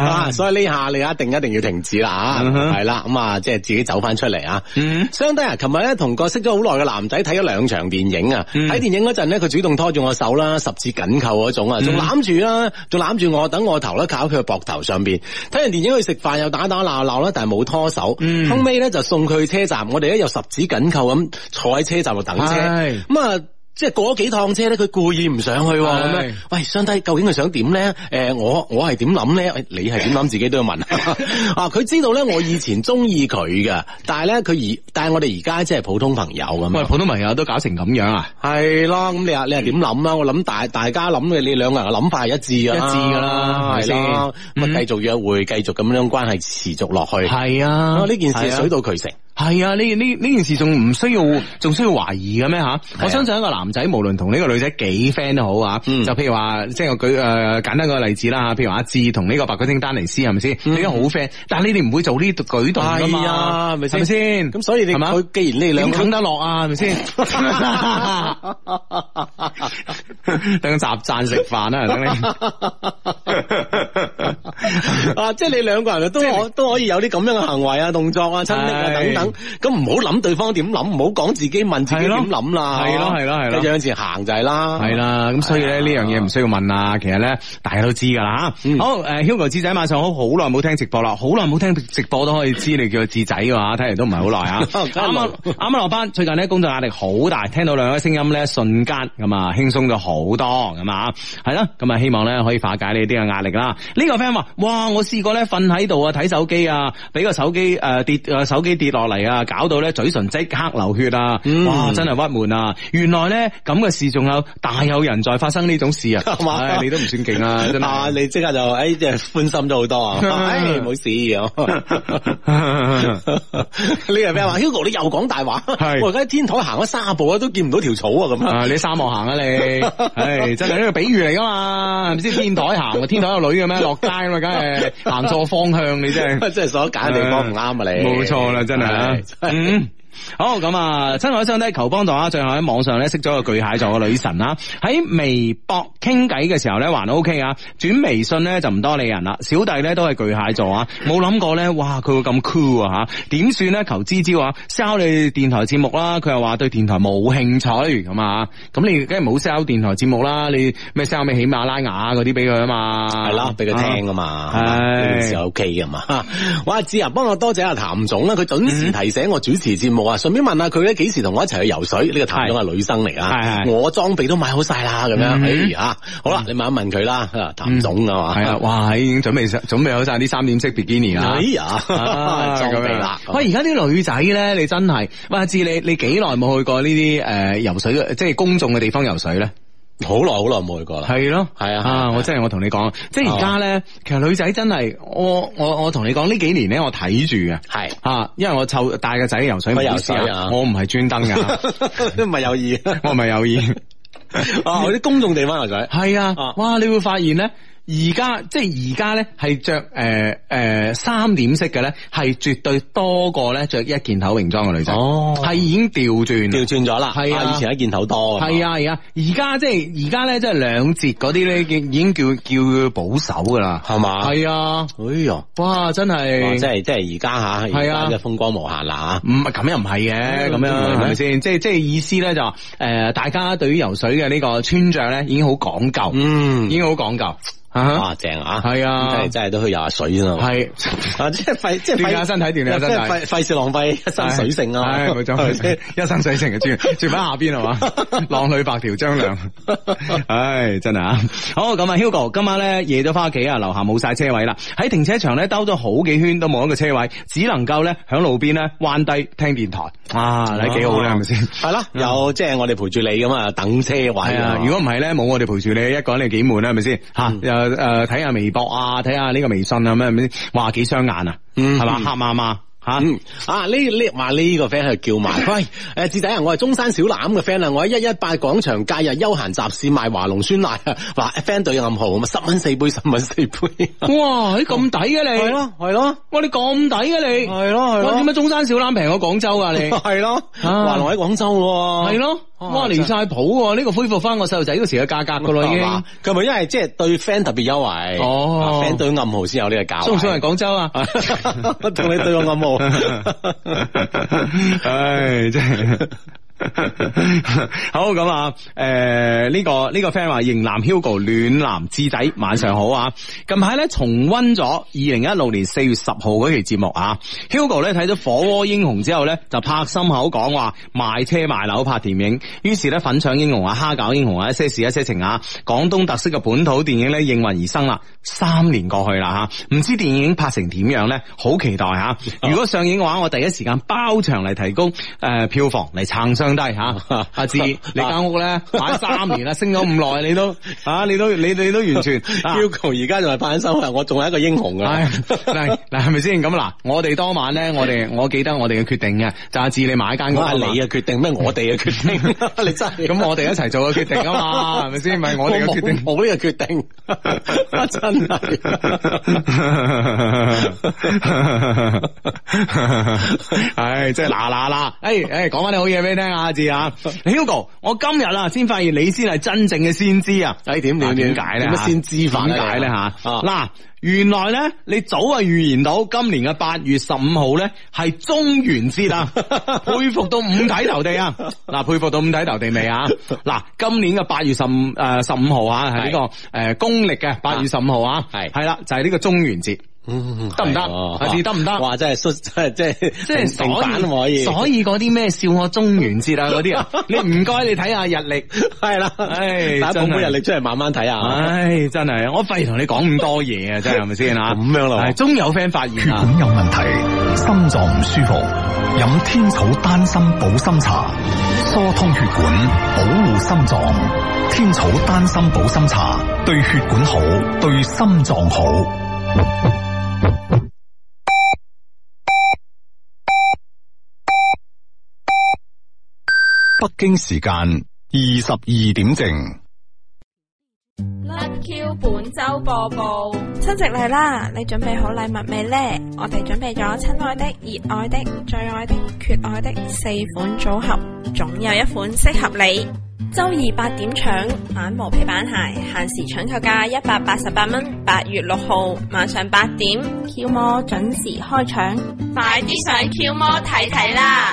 F: 啊，所以呢下你一定一定要停止啦，啊
D: 嗯哼
F: 係啦，咁啊，即係自己走翻出嚟啊。
D: 嗯
F: <laughs> 相低啊，琴日咧同個識咗好耐嘅男仔睇咗兩場電影啊，睇電影嗰陣咧，佢主動拖住我手啦，十指緊扣嗰種啊，仲攬住啦，仲攬住我，等我頭啦，靠喺佢嘅膊頭上邊。睇完電影去食飯又打打鬧鬧啦，但係冇拖手。後尾咧就送佢去車站，我哋咧又十指緊扣咁坐喺車站度等車。
D: 係
F: 咁啊。即係過咗幾趟車咧，佢故意唔上去喎咁
D: 係
F: 樣。喂，相低究竟佢想點咧？诶、我我係點諗咧？喂你係點諗？自己都要問 <laughs> 啊！佢知道咧，我以前中意佢嘅，但係咧佢而但係我哋而家即係普通朋友咁
D: 喂，
F: 樣。
D: 普通朋友都搞成咁樣啊？
F: 係咯，咁你啊，你係點諗啊？我諗大大家諗嘅，你兩個人嘅諗法係一致㗎啦，
D: 一致㗎啦
F: 係啦。
D: 係咪先
F: 咁啊，
D: 嗯
F: 繼續約會，繼續咁樣關係持續落去。
D: 係啊
F: 啊呢件事
D: 係啊
F: 水到渠成。
D: 係啊，呢呢呢件事仲唔需要，仲需要懷疑嘅咩吓？我相信一個男仔無論同呢個女仔幾 friend 都好啊，
F: 嗯
D: 就譬如話，即係我舉誒、呃、簡單個例子啦，譬如話阿志同呢個白骨精丹尼啊斯係咪先？你都好 friend，但係你哋唔會做呢舉動㗎
F: 係
D: 嘛，
F: 啊係咪先
D: 嗯係咪先？
F: 咁所以你
D: 係嘛
F: 佢既然你哋
D: 點
F: 兩個
D: 啃得落啊？係咪 <laughs> 先？等集贊食飯啦，等你。
F: <coughs> 啊，即係你兩個人都可都可以有啲咁樣嘅行為啊、動作啊、親昵啊等
D: 係
F: 等，咁唔好諗對方點諗，唔好講自己問自己
D: 係咯
F: 點諗啦，
D: 係咯係咯係咯
F: 一樣前行就係啦，
D: 系啦，咁所以咧呢
F: 係啊
D: 樣嘢唔需要問啦，其實咧大家都知噶啦吓
F: 嗯
D: 好，诶，Hugo 志仔晚上好，好耐冇聽直播啦，好耐冇聽直播都可以知你叫佢志仔嘅話，睇嚟都唔係好耐啊。
F: <laughs>
D: 啱啱 <laughs> 啱啱落班，最近咧工作壓力好大，聽到兩位聲音咧瞬間咁啊輕鬆咗好多咁啊，係啦，咁啊希望咧可以化解你啲嘅壓力啦。呢個 friend 話：，哇，我試過咧瞓喺度啊睇手機啊，俾個手機诶跌诶手機跌落嚟啊，搞到咧嘴唇即刻流血啊，
F: 嗯
D: 哇！真係鬱悶啊！原來咧咁嘅事仲有大有人在發生呢種事啊，
F: <laughs> 係嘛
D: 唉你都唔算勁
F: <laughs>
D: 啊，真
F: 啊！
D: 係。 <laughs>
F: 你即刻就誒即係寬心咗好多啊！唉，冇事咁。 <laughs> 你
D: <laughs>
F: 係咩話？Hugo，你又講大話。
D: 係
F: 我而家喺天台行咗三十步啊，都見唔到條草啊咁啊！
D: 啊！你沙漠行啊你，唉，真係呢個比喻嚟噶嘛，係咪先？天台行啊，天台有女嘅咩？落街啊嘛，梗係行錯方向，你真係。
F: <laughs> 即係所揀嘅地方唔啱啊！你
D: 冇錯啦，真係啊
F: 唉
D: 嗯。好咁啊！親愛相低求幫助啊！最後喺網上咧識咗個巨蟹座嘅女神啦，喺微博傾偈嘅時候咧還 OK 啊，轉微信咧就唔多理人啦。小弟咧都係巨蟹座啊，冇諗過咧，哇佢會咁 cool 啊吓，點算咧？求支招啊！sell 你電台節目啦，佢又話對電台冇興趣咁啊，咁你梗係冇 sell 電台節目啦，你咩 sell 咩喜馬拉雅嗰啲俾佢啊嘛，
F: 系啦，俾佢聽啊嘛，係嘛
D: 係
F: 呢件事係 OK 噶嘛。 <laughs> 哇，志啊，幫我多謝阿譚總啦，佢準時
D: 嗯
F: 提醒我主持節目啊，順便問下佢咧幾時同我一齊去游水？呢個譚總係女生嚟啊，
D: 係係
F: 我裝備都買好晒啦，咁
D: 嗯
F: 樣，哎呀，好啦，你問一問佢啦，啊譚總啊嘛，
D: 系啊，哇！已經準備準備好晒啲三點式 bikini 啦
F: 哎。 <laughs> 呀，
D: <laughs> 啊
F: 裝備啦，
D: 喂，而家啲女仔咧，你真係，喂，阿志你你幾耐冇去過呢啲诶游水嘅，即係公眾嘅地方游水咧？
F: 好耐好耐冇去過啦，
D: 係咯，
F: 係啊係啊哦
D: 啊，我真係我同你講，即係而家咧，其實女仔真係，我我我同你講呢幾年咧，我睇住嘅。
F: 係
D: 啊，因為我湊帶個仔游水，唔好意思
F: 去游水啊
D: 啊，我唔係專登㗎，
F: <laughs> 唔係有意 <laughs>
D: 我唔係有意。
F: 啊，去啲公眾地方游水，
D: 係
F: 啊
D: 啊，哇！你會發現咧，而家即係而家咧係着诶诶三點式嘅咧，係絕對多過咧着一件頭泳裝嘅女仔，
F: 哦
D: 係已經調轉啦
F: 調。轉咗啦，
D: 係啊
F: 以前一件頭多，
D: 係啊係啊，而家即係而家咧，即係兩節嗰啲咧，已經已經叫叫保守噶啦。
F: 係嘛，
D: 係啊，
F: 哎呀。
D: 哇！真
F: 哇！
D: 係
F: 哦即。係即係而家吓，而
D: 係啊
F: 家嘅風光無限啦啊
D: 唔係咁又唔係嘅，咁樣
F: 嗯
D: 係咪先？即係即係意思咧就誒、呃大家對於游水嘅呢個穿着咧已經好講究，已
F: 嗯，
D: 經好講究啊！
F: 哇正啊，
D: 係啊
F: 真係真係都去游下水先啊，
D: 係 <laughs>
F: 啊，即係費即係費
D: 鍛鍊下身體鍛鍊下身體
F: 即係費費事浪費一身水性啊，
D: 唉，冇
F: <laughs> 係咪
D: 錯，
F: 先
D: 一生水性嘅專住翻下邊係
F: <laughs>
D: 嘛，浪裏白條張良，唉，真係啊！好咁啊，Hugo，今晚咧夜咗翻屋企啊，樓下冇晒車位啦，喺停車場咧兜咗好幾圈都冇一個車位，只能夠咧響路邊咧彎低聽電台，啊，睇幾好咧，係咪先？
F: 係啦，有即係我哋陪住你咁啊，等車位
D: 嗯系啊，如果唔係咧，冇我哋陪住你，一個人你幾悶啊啦，係咪先？吓
F: 嗯
D: 又诶睇下微博啊，睇下呢個微信啊，咩咩，哇幾雙眼啊，
F: 嗯
D: 係嘛黑麻麻吓，
F: 嗯啊呢呢話呢個 friend 喺度叫
D: <laughs>
F: 埋，喂誒志仔啊，我係中山小欖嘅 friend 啊，我喺一一八廣場假日休閒集市賣華龍酸奶啊， <laughs> 嗱 friend 對暗號咁啊，十蚊四杯，十蚊四杯，
D: 啊哇
F: <laughs>
D: 你咁抵嘅你，
F: 係咯係咯。
D: 哇你咁抵嘅你，
F: 係咯係咯
D: 哇點解中山小欖平過廣州 <laughs> 啊你？
F: 系咯，
D: 啊
F: 華龍喺廣州喎，
D: 係咯，
F: 啊
D: 哇離晒譜喎，呢個恢復翻我細路仔嗰時嘅價格噶 <laughs>
F: <laughs>
D: 啦已
F: 係嘛
D: 經。
F: 佢咪因為即係對 friend 特別優惠，
D: 哦
F: 啊，friend 對暗號先有呢個價，
D: 送唔
F: <laughs>
D: 送嚟？廣州 <laughs> 啊？ <laughs>
F: 同你對我暗號，
D: 唉，真係。 <laughs> 好咁啊，诶、呢、個呢、個 friend 話型男 Hugo 暖男之仔，晚上好啊！近排咧重温咗二零一六年四月十號嗰期節目啊，Hugo 咧睇咗《火鍋英雄》之後咧，就拍心口講話賣車賣樓拍電影，於是咧粉腸英雄啊、蝦餃英雄啊、一些事一些情啊、廣東特色嘅本土電影咧應運而生啦。三年過去啦吓，唔知電影拍成點樣咧？好期待吓！如果上映嘅話，我第一時間包場嚟提供誒、呃票房嚟撐雙低吓。阿志，你間屋咧買三年啦，升咗咁耐，你都啊，你都你你都完全啊
F: Hugo 而家仲係扮生啊，我仲係一個
D: <laughs>
F: 英雄啊！
D: 系嗱嗱，系咪先咁嗱？我哋當晚咧，我哋我記得我哋嘅決定嘅，就阿志你買間屋
F: <laughs> 我係你
D: 啊
F: 嘅決定咩？我哋嘅決
D: <laughs>
F: 定，你真係
D: 嘛，咁我哋一齊做個決定啊嘛，係咪先？咪我哋嘅決定。
F: 冇冇呢
D: <laughs>
F: 個決定， <laughs> 真係。
D: <laughs> 唉，真系嗱嗱嗱！诶诶，讲翻哎啲好嘢俾你听啊，阿志 <laughs> 啊，Hugo，我今日啊先發現你先係真正嘅先知啊！
F: 誒點
D: 啊
F: 點
D: 點解咧？
F: 點乜先知法
D: 點解咧吓？嗱，原來咧你早啊預言到今年嘅八月十五號咧係中元節 <laughs> 啊，佩服到五體投地啊！嗱，佩服到五體投地未 <laughs> 啊？嗱，今年嘅八月十五诶十五號啊，係呢個诶公歷嘅八月十五號啊，
F: 係
D: 係啦，就係呢個中元節。
F: 得
D: 得唔得阿志得唔得
F: 嗯啊哇！真係真係真係
D: 即係
F: 平板都
D: 所
F: 可
D: 以
F: 以，
D: 所以嗰啲咩笑我中元節啊嗰啲 <laughs> 啊，你唔該你睇下日曆。
F: 係啦，
D: 唉
F: 大家
D: 真係
F: 捧本日曆出嚟慢慢睇下。
D: 唉，真係，我費事同你講咁多嘢啊，真係係咪先啊？
F: 咁樣咯
D: 係終有 friend 發現
C: 血
D: 啊
C: 管，有問題，心臟唔舒服，飲天草丹參保心茶，疏通血管，保護心臟。天草丹參保心茶對血管好，對心臟好。北京時間二十二點正。
A: 甩 Q 本周播報。
B: 親戚嚟啦，你準備好禮物未呢？我哋準備咗親愛的、熱愛的、最愛的、缺愛的四款組合，總有一款適合你。周二八點搶反毛皮板鞋，限時搶購價一百八十八蚊，八月六號晚上八點，Q 魔準時開搶。
A: 快啲上 Q 魔睇睇啦！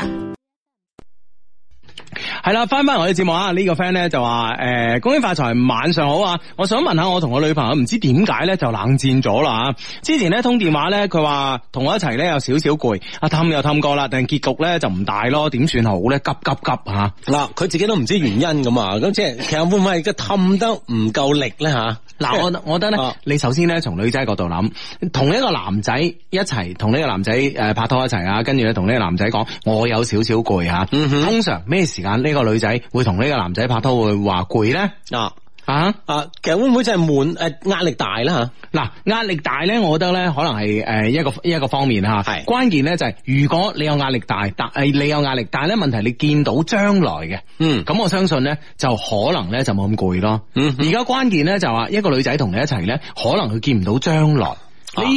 D: 係啦，翻翻我哋節目啊，呢個 friend 咧就話诶，恭喜發財，晚上好啊！我想問下，我同我女朋友唔知點解咧就冷戰咗啦之前咧通電話咧，佢話同我一齊咧有少少攰，啊氹又氹過啦，但係結局咧就唔大咯，點算好咧？急急急啊！
F: 嗱，佢自己都唔知原因咁啊，咁即係其實會唔會係個氹得唔夠力咧吓？
D: 嗱，
F: <laughs>
D: 我我覺得咧
F: 啊，
D: 你首先咧從女仔角度諗，同一個男仔一齊，同呢個男仔誒拍拖一齊啊，跟住咧同呢個男仔講，我有少少攰嚇。
F: 嗯哼
D: 通常咩時間呢個女仔會同呢個男仔拍拖會話攰咧？
F: 啊
D: 啊！
F: 啊，其實會唔會就係悶诶壓力大啦
D: 嗱，壓力大咧，我覺得咧，可能係誒一個一個方面嚇。
F: 係
D: 關鍵咧就係、如果你有壓力大，但係你有壓力大咧，問題你見到將來嘅，
F: 嗯
D: 咁我相信咧就可能咧就冇咁攰咯。
F: 嗯
D: 而家關鍵咧就話一個女仔同你一齊咧，可能佢見唔到將
F: 啊
D: 來呢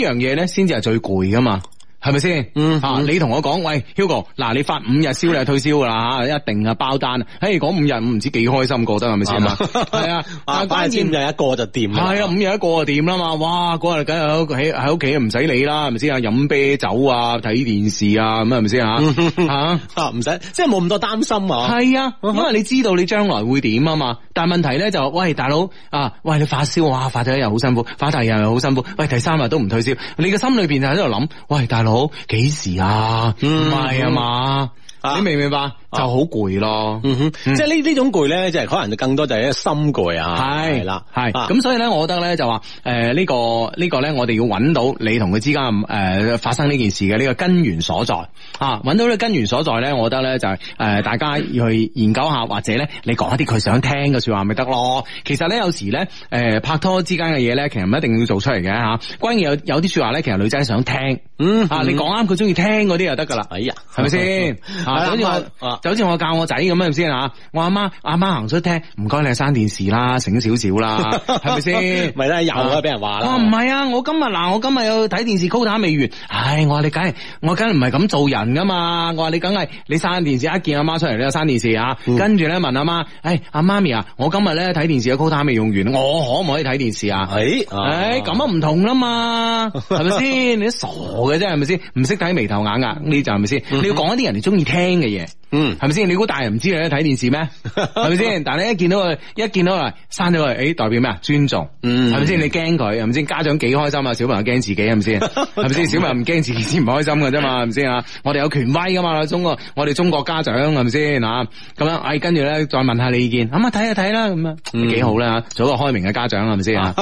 D: 樣嘢咧，先至係最攰噶嘛。係咪先？
F: 嗯
D: 啊，你同我講，喂，Hugo，嗱，你發五日燒你就推銷噶啦嚇，一定啊包單。嘿，嗰五日唔知幾開心過得係咪先啊？
F: 吓？
D: 係啊，
F: <laughs> 啊，
D: 但係
F: 關
D: 關
F: 鍵
D: 鍵
F: 就一個就掂啦
D: 系啊，五日一個就掂啦嘛，哇！嗰日梗係喺喺屋企唔使理啦，係咪先啊？飲啤酒啊，睇電視啊，咁係咪先啊？吓
F: 啊，唔使，即係冇咁多擔心啊。
D: 系啊，因為你知道你將來會點啊嘛。但系问题咧就，喂大佬啊，喂你發燒哇，發第一日好辛苦，發第二日又好辛苦，喂第三日都唔退燒，你嘅心裏边就喺度諗，喂大佬幾時啊？唔
F: 嗯
D: 係啊嘛，
F: 啊
D: 你明唔明白？就好攰咯。
F: 嗯哼，即係呢呢種攰咧，即係可能就更多就係一個心攰啊。
D: 系
F: 係啦，
D: 系
F: 啊
D: 咁，所以咧，我覺得咧就話诶呢個呢、個咧，我哋要揾到你同佢之間诶、呃、發生呢件事嘅呢個根源所在啊，揾到呢個根源所在咧，我覺得咧就係呃大家要去研究下，或者咧你講一啲佢想聽嘅说話咪得咯。其實咧有時咧诶、呃拍拖之間嘅嘢咧，其實唔一定要做出嚟嘅吓，關鍵有有啲说話咧，其實女仔想聽
F: 嗯
D: 啊，你講啱佢中意聽嗰啲就得噶啦。
F: 哎呀，
D: 係咪先？啊，就好似我
F: <laughs> 啊
D: 就好似我教我仔咁樣係咪先啊？我阿媽阿媽行出廳，唔該你係閂電視啦，醒少少
F: <laughs>
D: 啦，係咪先？
F: 咪啦，又啊，俾人話
D: 我
F: 啦。
D: 唔係啊！我今日嗱，我今日有睇電視高打未完。唉，我話你梗係，我梗係唔係咁做人噶嘛。我話你梗係，你閂電視一見阿媽出嚟，你就閂電視啊。
F: 嗯
D: 跟住咧問阿媽，唉，阿媽咪啊，我今日咧睇電視嘅高打未用完，我可唔可以睇電視啊？
F: 係，
D: 唉，咁啊唔同啦嘛，係咪先？你都傻嘅啫，係咪先？唔識睇眉頭眼額呢就係咪先？你要講一啲人哋中意聽嘅嘢，
F: 嗯
D: 係咪先？你估大人唔知你喺睇電視
F: <laughs>
D: 咩？係咪先？但係你一見到佢，一見到佢刪咗佢，誒代表咩啊？尊重，
F: 嗯
D: 係咪先？你驚佢係咪先？家長幾開心啊？小朋友驚自己係咪
F: <laughs>
D: 先？係咪先？小朋友唔驚自己先唔開心嘅啫嘛，係咪先啊？我哋有權威噶嘛，中國我哋中國家長係咪先啊？咁樣，誒跟住咧再問下你意見，咁啊睇下睇啦，咁啊
F: 嗯
D: 幾好啦，做一個開明嘅家長係咪先
F: <laughs>
D: 啊？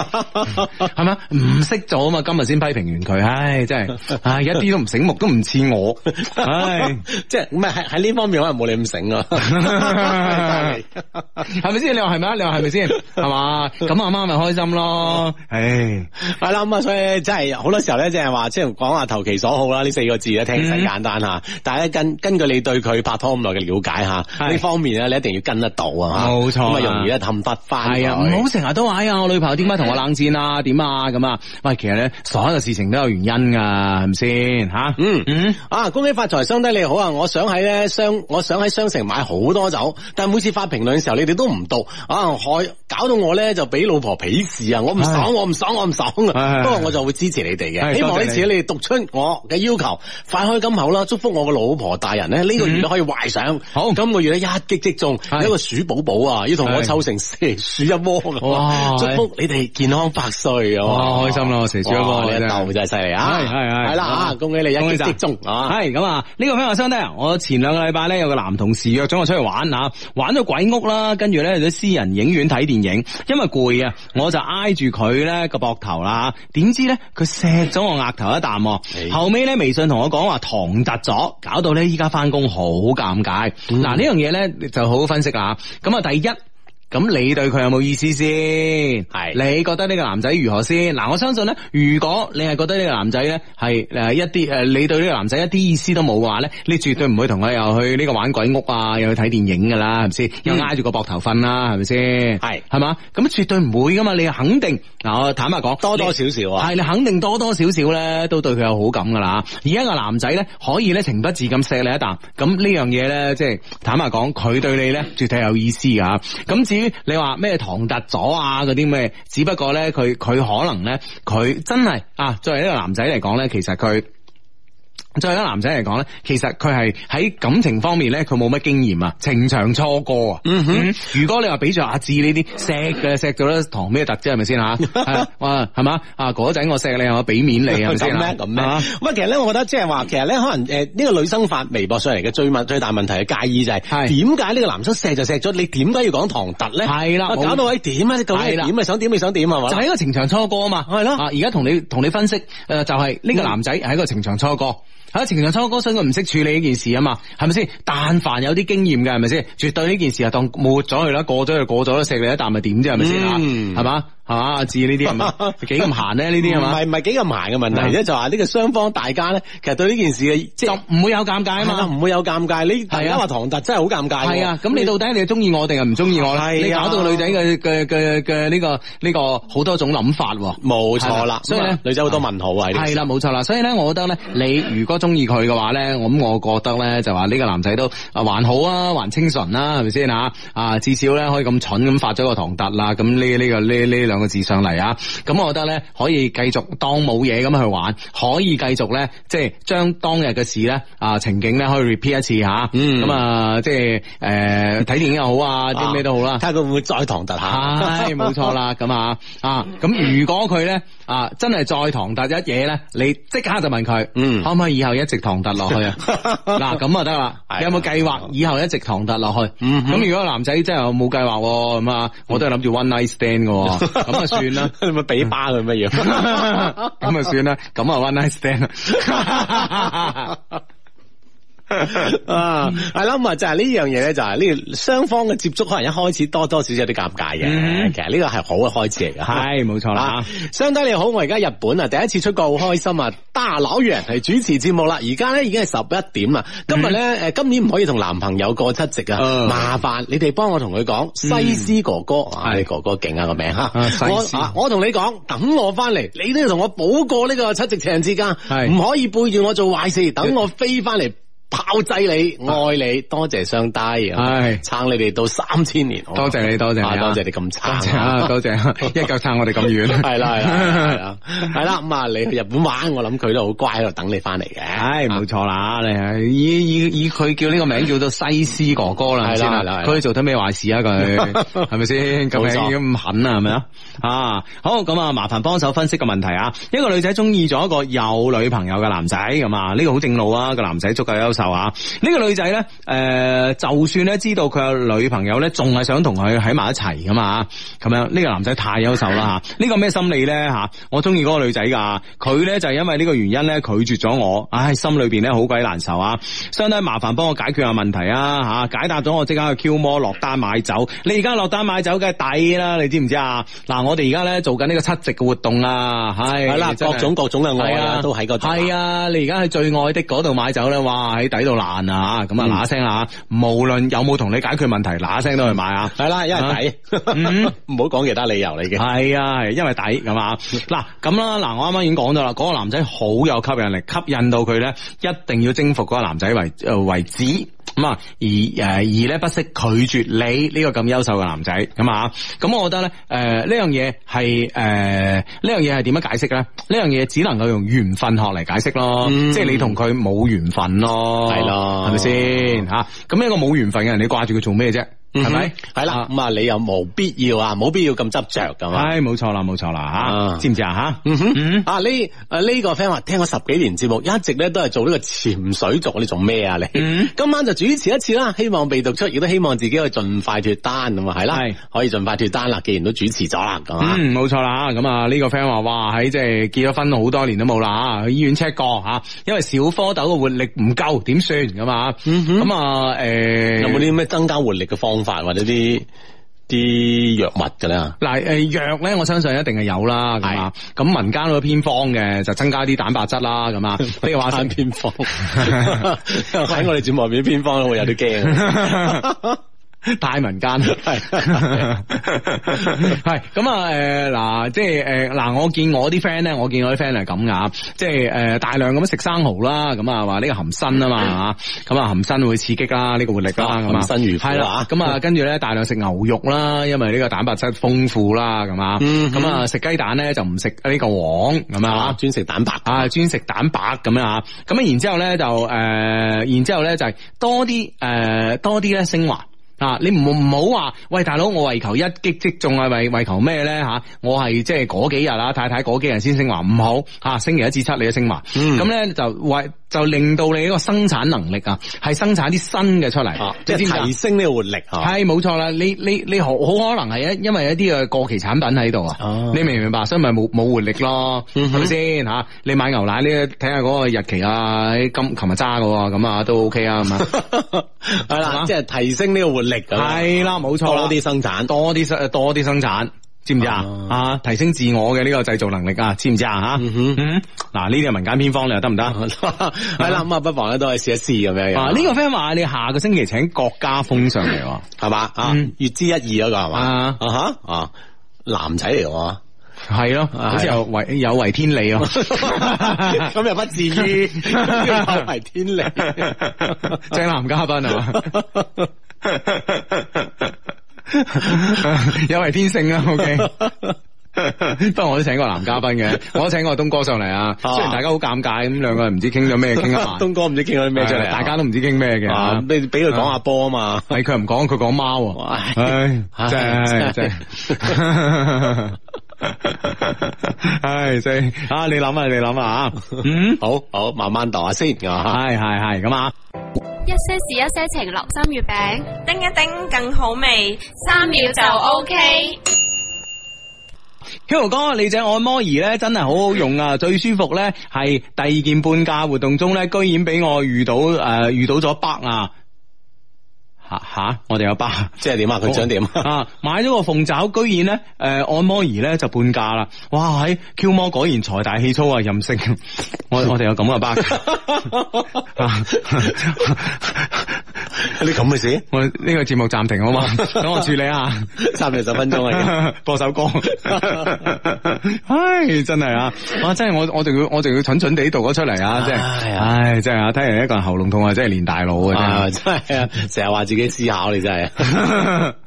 D: 係咪唔識做啊嘛，今日先批評完佢，唉，真係，唉，一啲都唔醒目，都唔似我， <laughs>
F: <laughs>
D: 唉。
F: 即系唔系喺喺呢方面可能冇你咁醒啊。
D: <laughs> 系咪先？你话系咪啊？你话系咪 <laughs> 先？系嘛？咁阿妈咪开心咯。唉， <laughs>
F: <laughs> 系啦，咁啊，所以真係好多時候咧，即係話，即係講下投其所好啦，呢四個字咧聽起身
D: 嗯
F: 簡單吓，但係咧根根據你對佢拍拖咁耐嘅了解吓，
D: 係
F: 呢方面咧你一定要跟得到啊，
D: 冇錯
F: 咁啊
D: 啊
F: 容易咧氹不翻。
D: 系啊，唔好成日都話哎呀，我女朋友點解同我冷戰啊？點啊咁啊？喂，其實咧，所有事情都有原因噶，係咪先吓？
F: 嗯
D: 嗯，
F: 啊！恭喜發財，相低你好啊！我想喺咧商，我想喺商城買好多酒，但每次發評論嘅時候，你哋都唔讀啊，害搞到我咧就俾老婆鄙視啊！我唔爽，
D: 唉
F: 我唔爽，我唔爽啊！
D: 唉
F: 不過我就會支持你哋嘅，
D: 唉
F: 希望呢次
D: 多謝
F: 你哋讀出我嘅要求，快開金口啦！祝福我個老婆大人咧，呢個月都可以懷上，
D: 嗯好
F: 今個月咧一擊即中，
D: 係
F: 有一個鼠寶寶啊，要同我
D: 係
F: 湊成四鼠一窩咁啊
D: 哇
F: 祝福你哋健康百歲啊！
D: 哇開心啦蛇鼠一窩
F: 哇你一
D: 真係
F: 鬥真係犀利啊！
D: 係係係
F: 係啦啊！恭喜你一
D: 恭喜晒
F: 擊即中啊！
D: 系咁啊！呢個 friend 話相低啊，我前兩個禮拜咧有個男同事約咗我出去玩啊，玩咗鬼屋啦，跟住咧去咗私人影院睇電影，因為攰啊，我就挨住佢咧個膊頭啦，點知咧佢錫咗我額頭一啖
F: 哎
D: 喎，後尾咧微信同我講話唐突咗，搞到咧依家翻工好尷尬。嗱、呢樣嘢咧就好好分析啦，咁啊第一。咁你對佢有冇意思先？
F: 係
D: 你覺得呢個男仔如何先？嗱，我相信咧，如果你係覺得呢個男仔咧係誒一啲誒，你對呢個男仔一啲意思都冇嘅話咧，你絕對唔會同佢又去呢個玩鬼屋啊，又去睇電影噶啦，係咪先？
F: 嗯
D: 又挨住個膊頭瞓啦，係咪先？
F: 係
D: 係嘛？咁絕對唔會噶嘛，你肯定嗱，我坦白講，
F: 多
D: 你
F: 多少少啊，
D: 系你肯定多多少少咧，都對佢有好感噶啦。而家個男仔咧，可以咧情不自禁錫你一啖，咁呢樣嘢咧，即係坦白講，佢對你咧絕對有意思噶。咁至於你話咩唐突咗啊嗰啲咩，只不過咧佢佢可能咧，佢真係啊，作為一個男仔嚟講咧，其實佢。作為一個男仔嚟講咧，其實佢係喺感情方面咧，佢冇乜經驗啊，情場錯過啊。嗯哼，如果你話俾着阿志呢啲錫嘅錫咗咧，糖咩特啫係咪先
F: <laughs>
D: 吓？係哇，係嘛啊嗰陣我錫你，我俾面你係咪
F: 咁
D: 先
F: 咩
D: 啊？
F: 咁咩？
D: 啊
F: 咁啊，其實咧，我覺得即係話，其實咧，可能誒呢個女生發微博上嚟嘅最問最大問題嘅介意就係
D: 係
F: 點解呢個男生錫就錫咗，你點解要講唐突咧？
D: 係啦
F: 啊
D: 冇
F: 搞到位點啊？究竟係
D: 係啦
F: 點啊？想點你想點啊？
D: 就
F: 係
D: 係一個情場錯過啊嘛，
F: 係咯嗯
D: 啊而家同你同你分析，誒、呃就係、呢個男仔係一個情場錯過，喺情場錯過，所以佢唔識處理呢件事啊嘛，係咪先？但凡有啲經驗嘅係咪先？絕對呢件事啊當抹咗佢啦，過咗佢過咗啦，錫你一啖咪點啫係咪先啊？
F: 嗯
D: 係嘛係嘛？阿志呢啲係
F: <laughs>
D: 咪幾咁閒咧？呢啲係
F: 唔
D: 嘛
F: 係？唔係幾咁埋嘅問題咧？就話呢個雙方大家咧，其實對呢件事嘅即
D: 就
F: 係
D: 唔會有尷尬啊
F: 係
D: 嘛。
F: 啦唔會有尷尬。你大家
D: 係啊
F: 話唐突真係好尷尬喎。
D: 係啊，咁你到底你中意我定係唔中意我咧？
F: 係
D: 你
F: 啊
D: 搞到女仔嘅嘅嘅嘅呢個呢個好多種諗法喎。
F: 冇錯
D: 係
F: 啦
D: 啦。所
F: 所以
D: 以咧
F: 咧，女仔好多問號啊。喺呢件事
D: 系啦，冇錯啦，所以咧，我覺得咧，你如果中意佢嘅話咧，我咁我覺得咧就話呢個男仔都啊還好啊，還清純啦，係咪先啊？啊，至少咧可以咁蠢咁發咗個唐突啦，咁呢呢個呢呢兩個字上嚟啊，咁我覺得咧可以繼續當冇嘢咁去玩，可以繼續咧即係將當日嘅事咧啊情景咧可以 repeat 一次吓，
F: 嗯
D: 咁啊即係誒睇電影又好啊，啲咩都好啦
F: 睇。下佢會唔會再唐突下。
D: 系冇
F: <laughs>
D: 錯啦，咁啊啊，咁如果佢咧啊真係再唐突一嘢咧，你即刻就問佢，
F: 嗯
D: 可唔可以以後一直唐突落去
F: <laughs>
D: 啊？嗱，咁啊得啦
F: 係啊，
D: 你有冇計劃以後一直唐突落去？
F: 嗯哼嗯
D: 咁如果男仔真係冇計劃喎，咁啊，我都係諗住 one night stand 嘅
F: <laughs>
D: 喎，咁啊算啦。
F: 你咪俾巴佢
D: <laughs>
F: 乜嘢？ <laughs>
D: 咁啊算啦，咁啊 one night stand
F: <laughs>
D: 啦。
F: 啊，系啦，咁啊就係呢樣嘢咧，就係呢雙方嘅接觸，可能一開始多多少少有啲尷尬嘅。
D: 嗯
F: 其實呢個係好嘅開始嚟嘅。
D: 係冇錯啦
F: 啊。相低你好，我而家日本啊，第一次出國好開心啊！大老洋係主持節目啦，而家咧已經係十一點啦。啊今日咧诶，今年唔可以同男朋友過七夕啊，
D: 嗯
F: 麻煩你哋幫我同佢講西施哥哥，啊，
D: 係
F: 你哥哥勁啊個名吓
D: 啊西。
F: 我
D: 施
F: 啊我同你講，等我翻嚟，你都要同我補過呢個七夕情人節㗎，
D: 係
F: 唔可以背住我做壞事，等我飛翻嚟。炮製你，愛你，多謝雙低，
D: 啊
F: 啊
D: 係
F: 撐你哋到三千年，好嘛
D: 多謝你多謝你
F: 啊
D: 啊
F: 多謝你咁
D: 多謝
F: 撐
D: 啊，多謝啊，一腳撐我哋咁遠，<laughs>
F: 係啦係啦係啦，係啦咁啊！你去日本玩，我諗佢都好乖喺度等你翻嚟嘅。啊
D: 唉，冇錯啦，你係以以以佢叫呢個名叫做西施哥哥啦，係
F: 係啦
D: 咪先
F: 係啦係
D: 啊？
F: 啦
D: 佢做得咩壞事啊？
F: <laughs>
D: 佢係咪先咁
F: 冇錯
D: 樣咁狠啊？係咪啊？啊，好咁啊，麻煩幫手分析個問題啊！一個女仔中意咗一個有女朋友嘅男仔咁啊，呢個好正路啊，個男仔足夠優秀啊！呢個女仔咧，誒，就算咧知道佢有女朋友咧，仲係想同佢喺埋一齊噶嘛？咁樣呢個男仔太優秀
F: <laughs>
D: 啦吓！呢個咩心理咧吓？我中意嗰個女仔噶，佢咧就係因為呢個原因咧拒絕咗我，唉，心裏邊咧好鬼難受啊！相低麻煩幫我解決下問題啊吓，解答咗我即刻去 Q 摩落單買酒，你而家落單買酒梗係抵啦，你知唔知啊？嗱，我哋而家咧做緊呢個七夕嘅活動啊，係
F: 係啦，各種各種嘅愛啊，都喺嗰度。
D: 係啊，你而家去最愛的嗰度買酒咧，哇喺底度爛啊，
F: 嗯
D: 咁啊嗱嗱聲啦，無論有冇同你解決問題，嗱嗱聲都去買啊。
F: 係啦，因為
D: 嗯
F: <laughs> 抵，唔好講其他理由嚟嘅。
D: 係啊，係因為抵咁啊。嗱咁啦，嗱我啱啱已經講到啦，嗰、個男仔好有吸引力，吸引到佢咧一定要征服嗰個男仔為誒、呃、為止。咁啊，而誒而咧不惜拒絕你呢、個咁優秀嘅男仔咁啊，咁我覺得咧誒呢樣嘢係誒呢樣嘢係點樣解釋咧？呢樣嘢只能夠用緣分學嚟解釋咯，
F: 嗯
D: 即係你同佢冇緣分咯，
F: 係咯
D: 係咪先吓？咁一個冇緣分嘅人，你掛住佢做咩啫？係咪、
F: 嗯係啦，咁啊，你又冇必要啊，冇必要咁執着噶嘛。
D: 唉，冇錯啦，冇錯啦
F: 啊
D: 吓，知唔知啊吓？
F: 嗯哼
D: 嗯
F: 啊呢啊呢個 friend 話聽我十幾年節目，一直咧都係做呢個潛水族，你做咩啊你？
D: 嗯
F: 今晚就主持一次啦，希望被讀出，亦都希望自己可以盡快脱單咁啊，係啦
D: 係，
F: 可以盡快脱單啦。既然都主持咗啦，咁啊，
D: 嗯嗯，冇錯啦，咁啊呢個 friend 話，哇喺即係結咗婚好多年都冇啦，去醫院 check 過吓，因為小蝌蚪嘅活力唔夠，點算咁啊？咁啊誒
F: 嗯有冇啲咩增加活力嘅方法或者啲啲藥物
D: <laughs>
F: 㗎咧？啊
D: 嗱誒藥咧，我相信一定係有啦，咁啊，咁民間嗰啲偏方嘅就增加啲蛋白質啦，咁
F: <laughs>
D: 啊，譬如話食
F: 翻偏方，
D: <laughs>
F: 喺我哋節目入面偏方都會有啲驚。
D: 太民間 <laughs> 係 <laughs> 啊係咁啊誒嗱，即係誒嗱，我見我啲 friend 咧，我見我啲 friend 係咁噶，即係誒大量咁食生蠔啦，咁啊話呢個含鋅啊嘛嚇，咁啊含鋅會刺激啦，呢個活力啦，咁啊
F: 含鋅如嗯虎啊
D: 係啦，咁啊跟住咧大量食牛肉啦，因為呢個蛋白質豐富啦，咁啊，
F: 嗯
D: 咁啊食雞蛋咧就唔食呢個黃咁
F: 啊
D: 啊，。
F: 專食蛋白
D: 啊，專食蛋白咁樣啊，咁啊，然之後咧就誒、呃然之後咧就係多啲誒、呃多啲咧升華。啊！你唔唔好話，喂大佬，我為求一擊即中啊，為為求咩咧吓？我係即係嗰幾日啊，太太嗰幾日先升華，唔好吓、啊星期一至七你都升華，
F: 嗯
D: 咁咧、就為就令到你呢個生產能力啊，係生產啲新嘅出嚟，
F: 啊，即
D: 你知唔知啊
F: 係提升呢個活力啊。
D: 係冇錯啦，你你你好好可能係因因為一啲嘅過期產品喺度
F: 哦
D: 啊，你明唔明白？所以咪冇冇活力咯，
F: 嗯
D: 係
F: 哼
D: 咪先吓？你買牛奶呢，睇下嗰個日期啊，喺今琴日揸嘅喎，咁啊都 OK 啊，係嘛？
F: 係
D: 係
F: 啦，
D: 嘛
F: 即係提升呢個活力咁樣，
D: 係啦，冇錯啦
F: 多啲生產。
D: 多啲生多啲生產。知唔知啊？
F: 啊
D: 啊，提升自我嘅呢個製造能力啊，知唔知啊？吓，
F: 嗯哼
D: 嗯嗱，呢啲係民間偏方，你又得唔得？
F: 係啦，咁啊，不妨咧都係試一試咁樣樣。
D: 啊，呢個 friend 話你下個星期請郭家峰上嚟喎，
F: 係嘛啊
D: 嗯，
F: 月之一二嗰個係嘛
D: 啊
F: 啊哈啊，男仔嚟嘅喎。
D: 係咯，
F: 啊
D: 好似有違有違天理喎。
F: <laughs> 咁又不至於，咁為天理。
D: <laughs> 正男嘉賓係嘛？ <laughs> 有違天性 <laughs> 啦，OK。不過我都請過男嘉賓 <laughs> 嘅，我都請過東哥上嚟啊。
F: 啊
D: 雖然大家好尷尬，咁兩個人唔知傾咗咩，傾 <laughs> 得埋
F: 東哥唔知傾咗啲咩出嚟啊，
D: 大家都唔知傾咩
F: 啊，
D: 嘅。
F: 俾俾佢講下波啊嘛。
D: 係佢唔講，佢講貓啊！唉，真係真係， <laughs> 唉真係啊！你諗啊，你諗啊，嗯，
F: <laughs> 好好慢慢度下先啊。
D: 係係係咁啊。
A: 一些事一些情，留心月餅，
B: 叮一叮更好味。
A: 三秒就 OK。
D: Hugo 哥，你隻按摩儀咧真係好好用啊！最舒服咧係第二件半價活動中咧，居然俾我遇到誒、呃遇到咗北啊！吓吓，我哋有北 <laughs> 啊。
F: 即係點啊？佢想點
D: <laughs>
F: 啊？
D: 啊！買咗個鳳爪，居然咧，誒、呃按摩儀咧就半價啦！哇，喺 Q 摩果然財大氣粗啊，任性！我我哋有咁嘅 bug，
F: 你咁嘅事，
D: <laughs> 我呢個節目暫停好嘛？等我處理啊下。
F: 三四十分鐘
D: <laughs>
F: 啊， <laughs>
D: 播首歌，唉，真係啊，哇，真係我我仲要我仲要蠢蠢地讀咗出嚟啊，真
F: 唉
D: 係，唉，真係啊，睇人一個人喉嚨痛啊，真係連大腦啊，
F: 啊真係啊，成日話自己思考，你真係
D: 真係。 <laughs>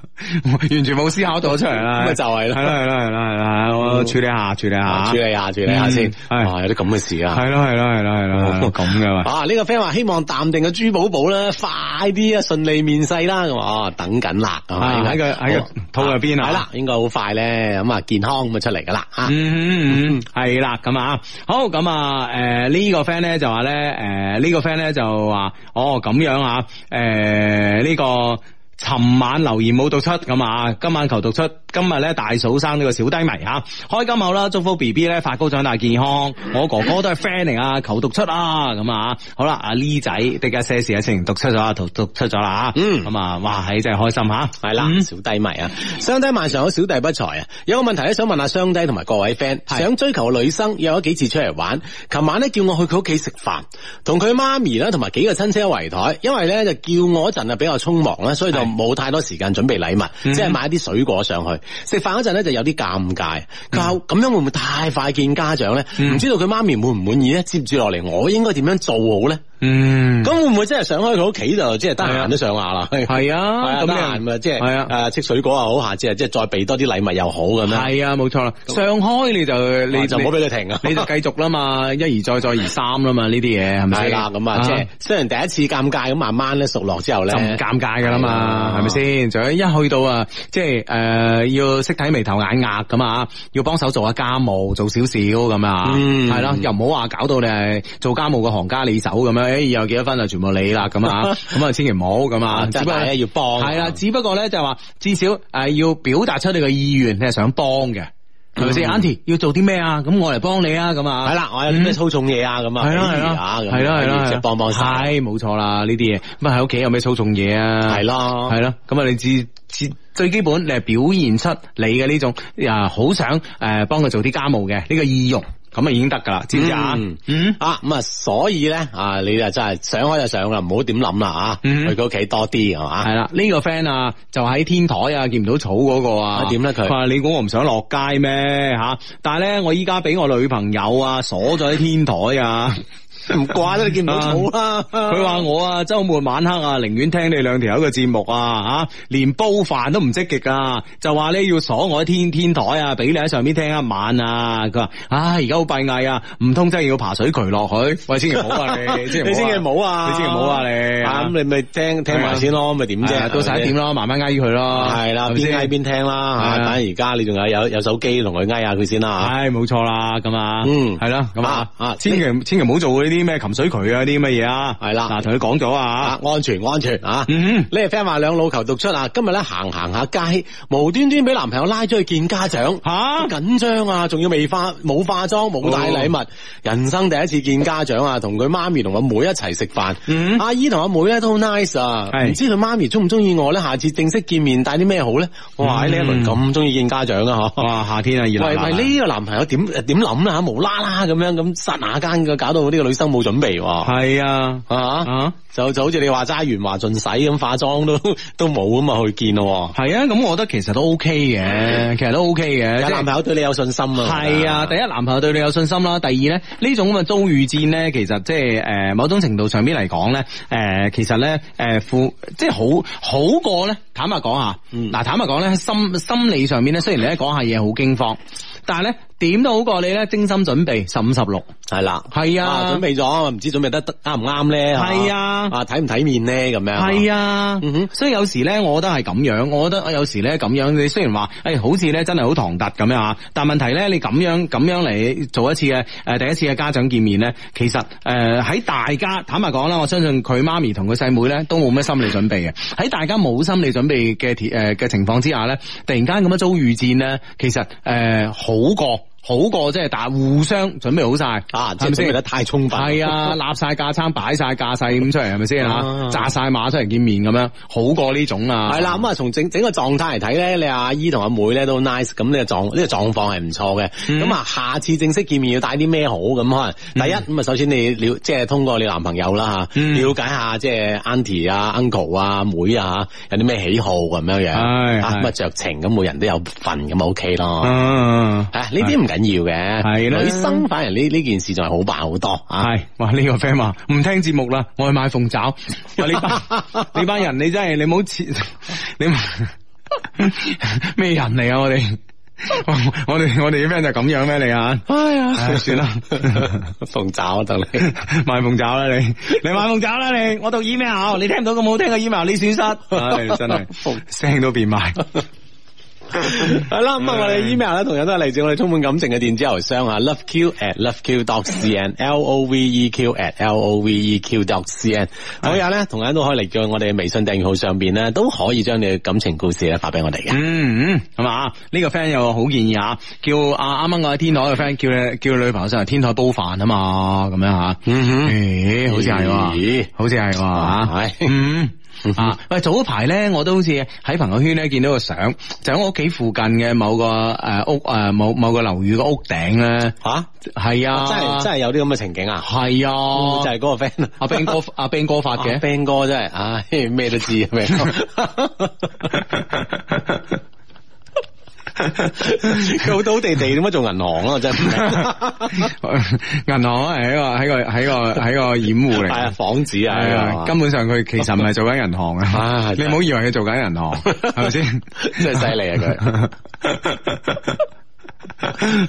D: 完全冇思考到出嚟啦，
F: 啊咁咪就係啦
D: 係啦係啦係啦係啦，我處理下處理下，
F: 處理下處理下先，
D: 嗯係
F: 哇，有啲咁嘅事啊。
D: 係咯係咯係咯係咯，咁噶嘛，
F: 啊！呢、個 friend 話希望淡定嘅朱寶寶咧，快啲啊順利面世啦！咁啊，哦等緊啦，係嘛
D: 啊
F: 應該
D: 喺個喺個肚入邊啊
F: 係啦，應該好快咧，咁啊健康咁啊出嚟噶啦啊！
D: 嗯嗯嗯，系啦，咁啊，好咁啊，诶、呢、個个 friend 咧就話咧，诶、呢、個个 friend 咧就話，哦咁樣啊，诶、呢、個尋晚留言冇讀出咁啊，今晚求讀出，今日咧大嫂生呢個小低迷吓、開金口啦，祝福 B B 咧發高長大健康，我哥哥都係 friend 嚟啊，求讀出啊，咁啊，好啦，阿 Lee 仔的一些事一些情讀出咗啊，讀讀出咗啦吓，
F: 嗯
D: 咁啊，哇，係真係開心吓、
F: 系啦，
D: 嗯
F: 小低迷啊，相低晚上好，小弟不才啊，有個問題咧想問下相低同埋各位 friend，想追求嘅女生約咗幾次出嚟玩，琴晚咧叫我去佢屋企食飯，同佢媽咪啦同埋幾個親戚一圍台，因為咧就叫我嗰陣啊比較匆忙啦，所以就冇太多時間準備禮物，
D: 嗯
F: 即係買啲水果上去。食飯嗰陣咧就有啲尷尬，佢
D: 嗯
F: 話咁樣會唔會太快見家長咧？唔知道佢媽咪滿唔滿意咧？接住落嚟我應該點樣做好咧？
D: 嗯啊
F: 咁會唔會真係上開佢屋企就即係得閒都上下啦？
D: 係
F: 係
D: 啊，
F: 啊，
D: 咁
F: 得
D: 你
F: 閒咪即係
D: 係啊
F: 誒，戚水果又好，下次啊，即係再備多啲禮物又好咁樣。
D: 系啊，冇錯啦，上開你就
F: 你
D: 你
F: 就唔好俾佢停啊！
D: 你就繼續啦
F: <laughs>
D: 嘛，一而再再而三啦嘛，呢啲嘢係咪
F: 係
D: 先？
F: 啦，咁啊，即係雖然第一次尷尬，咁慢慢咧熟落之後咧，
D: 就唔尷尬噶啦嘛，
F: 係啊
D: 係咪先？仲有一去到啊，即係诶、呃要識睇眉頭眼額咁啊，要幫手做下家務，做少少咁啊，
F: 嗯
D: 係咯，又唔好話搞到你係做家務嘅行家你手咁樣，诶、以有幾多分就全部你啦咁
F: <laughs>
D: 啊，咁啊千祈唔好咁啊，
F: 啊，即
D: 只
F: 係
D: 不過
F: 大家要幫
D: 係啦，只不過咧就話至少诶、呃要表達出你嘅意願，你係想幫嘅，係咪先？Auntie 要做啲咩啊？咁我嚟幫你啊，咁啊，
F: 係啦，我有啲咩粗重嘢啊，咁啊，
D: 係啦
F: 比
D: 係
F: 如
D: 啦
F: 啊，咁
D: 係啦係啦，
F: 即係幫幫手，
D: 係冇錯啦，呢啲嘢咁啊喺屋企有咩粗重嘢啊？
F: 係咯
D: 係，咯，咁啊你至至最基本你係表現出你嘅呢種啊好想誒幫佢做啲家務嘅呢個意欲，咁啊已經得㗎啦，知唔知啊
F: 嗯？
D: 嗯。
F: 啊咁啊，所以咧啊，你就真係想開就上啦，唔好點諗啦啊，
D: 嗯
F: 去佢屋企多啲係嘛
D: 系。啦，呢、個 friend 啊，就喺天台啊，見唔到草嗰個啊
F: 啊，點咧佢
D: 佢話你估我唔想落街咩吓、但係咧，我依家俾我女朋友啊鎖咗喺天台啊。
F: 唔怪得你見唔到草啦。
D: 佢話我啊，周末晚黑啊，寧願聽你兩條友嘅節目啊，吓、連煲飯都唔積極啊，就話咧要鎖我喺天天台啊，俾你喺上面聽一晚啊。佢話唉，而家好閉翳啊，唔通真係要爬水渠落去？喂，千祈唔好啊
F: <laughs>
D: 你，千祈
F: 你千祈唔好啊！
D: 你千祈唔好啊你
F: 啊咁你咪聽聽埋先咯，咪點
D: 係啊
F: 啫？
D: 到十一點咯，慢慢挨佢咯，
F: 係
D: 係
F: 啦，
D: 咪
F: 邊
D: 先
F: 嗌邊聽啦
D: 係啊
F: 嚇。等而家你仲有有有手機同佢嗌下佢先啦
D: 唉，冇錯啦，咁啊，
F: 啊嗯
D: 係啦，咁啊，
F: 啊啊
D: 千祈千祈唔好做呢啲咩擒水渠啊，啲乜嘢啊，
F: 係啦
D: 嗱，同佢講咗
F: 嚇。
D: 啊
F: 啊，，安全安全啊！
D: 嗯
F: 呢個 friend 話兩老求讀出啊，今日咧行行下街，無端端俾男朋友拉咗去見家長，
D: 吓
F: 好緊張啊！仲要未化冇化妝
D: 哦
F: 冇帶禮物，人生第一次見家長啊，同佢媽咪同阿妹一齊食飯，
D: 嗯
F: 阿姨同阿妹咧都好 nice 啊，
D: 係
F: 唔知佢媽咪中唔中意我咧？下次正式見面帶啲咩好咧？哇！
D: 嗯
F: 呢一輪咁中意見家長啊，嗬！
D: 哇，夏天啊，熱辣
F: 喂
D: 辣啊
F: 喂，呢個男朋友點呃點諗啦吓，無啦啦咁樣咁刹那間嘅，搞到呢個女生冇準備喎，
D: 係啊，
F: 啊
D: 啊。
F: 就就好似你話齋圓滑盡使咁，化妝都 <laughs> 都冇咁啊去見咯
D: 系啊，咁我覺得其實都 OK 嘅，其實都 OK 嘅。
F: 喎，有
D: 即係
F: 嗯男朋友對你有信心啊，
D: 係啊，第一男朋友對你有信心啦，第二咧呢種咁嘅遭遇戰咧，其實即係诶某種程度上邊嚟講咧，诶、其實咧诶父即係好好過咧，坦白講啊，
F: 嗯
D: 嗱、坦白講咧心心理上面咧，雖然你一講下嘢好驚慌，但係咧點都好過你咧精心準備十五十六，
F: 係啦，
D: 係
F: 啊準
D: 啊，
F: 備咗，唔知準備得得啱唔啱咧，
D: 係啊
F: 啊睇唔睇面咧咁樣，
D: 係啊
F: 嗯哼，
D: 所以有時咧，我覺得係咁樣，我覺得有時咧咁樣，你雖然話，誒、好似咧真係好唐突咁樣啊，但問題咧，你咁樣咁樣嚟做一次嘅誒、呃第一次嘅家長見面咧，其實誒喺、大家坦白講啦，我相信佢媽咪同佢細妹咧都冇咩心理準備嘅，喺大家冇心理準 <laughs> 呃備嘅誒嘅情況之下咧，突然間咁樣遭遇戰咧，其實誒、好過。好過即係打互相準備好晒
F: 啊，即係準備得太充分，
D: 係
F: <laughs>
D: 啊，立晒架撐，擺晒架勢咁出嚟，係咪先
F: 啊
D: 吓？炸晒馬出嚟見面咁樣，好過呢種啊。
F: 系啦，咁啊，從整整個狀態嚟睇咧，你阿姨同阿妹咧都 nice，咁呢個狀呢、個狀況係唔錯嘅。
D: 嗯
F: 咁啊、下次正式見面要帶啲咩好咁？可能第一咁啊，首先你了即係通過你男朋友啦吓，
D: 嗯
F: 了解下即係 auntie 啊、uncle 啊、妹啊有啲咩喜好咁樣樣，
D: 係係
F: 啊咁啊酌情咁，每人都有份咁啊 OK 咯。
D: 啊
F: 啊，呢啲唔緊要嘅，
D: 係啦
F: 女生反而呢呢件事仲係好辦好多 <laughs> 啊。
D: 系，哇！呢、個 friend 話唔聽節目啦，我去買鳳爪。喂，呢班呢班人，你真係你冇切， <laughs> 你唔 <laughs> 咩人嚟啊？我哋 <laughs> 我我哋我哋啲 friend 就咁樣咩？你啊，
F: 哎呀，
D: 唉算啦， <laughs>
F: 鳳爪得你。
D: 買鳳爪啦你，你買鳳爪啦你，我讀 email，你聽唔到咁好聽嘅 email，你損失，唉真係 <laughs> 聲都變埋。
F: 系啦，咁啊，我哋 email 咧，同樣都係嚟自我哋充滿感情嘅電子郵箱啊，loveq at loveq dot cn，l o v e q at l o v e q dot cn。好有咧，同樣都可以嚟到我哋微信訂閱號上邊咧，都可以將你嘅感情故事咧發俾我哋嘅。
D: 嗯嗯，係嘛？呢、個 friend 有個好建議啊，叫啊啱啱我喺天台嘅 friend 叫你叫你女朋友上嚟天台煲飯啊嘛，咁樣吓。
F: 嗯哼
D: 咦好似係
F: 咦啊
D: 喎，好似係喎吓。
F: 係
D: 嗯。啊！喂，早一排咧，我都好似喺朋友圈咧見到個相，就喺我屋企附近嘅某個诶屋诶某某个楼宇嘅屋頂咧，
F: 吓，
D: 係啊，
F: 哦真係真係有啲咁嘅情景啊！
D: 係啊，
F: 就係嗰個 friend
D: 阿 Ben 哥阿 Ben 哥
F: <laughs>
D: 發嘅。
F: ，Ben 哥真係，唉，咩都知啊，Ben 哥。佢好土地地，點解做銀行啊？真係唔
D: <laughs>
F: 明。
D: <laughs> 銀行係一個喺個喺個喺個掩護嚟
F: 系啊，
D: 嘅。
F: 房子
D: 系啊，
F: 啊，
D: 根本上佢其實唔係做緊銀行
F: 啊
D: 啊！你
F: 真係
D: 唔好以為佢做緊銀行，係咪
F: <laughs>
D: 先？
F: 真係犀利啊
D: <laughs>
F: 佢。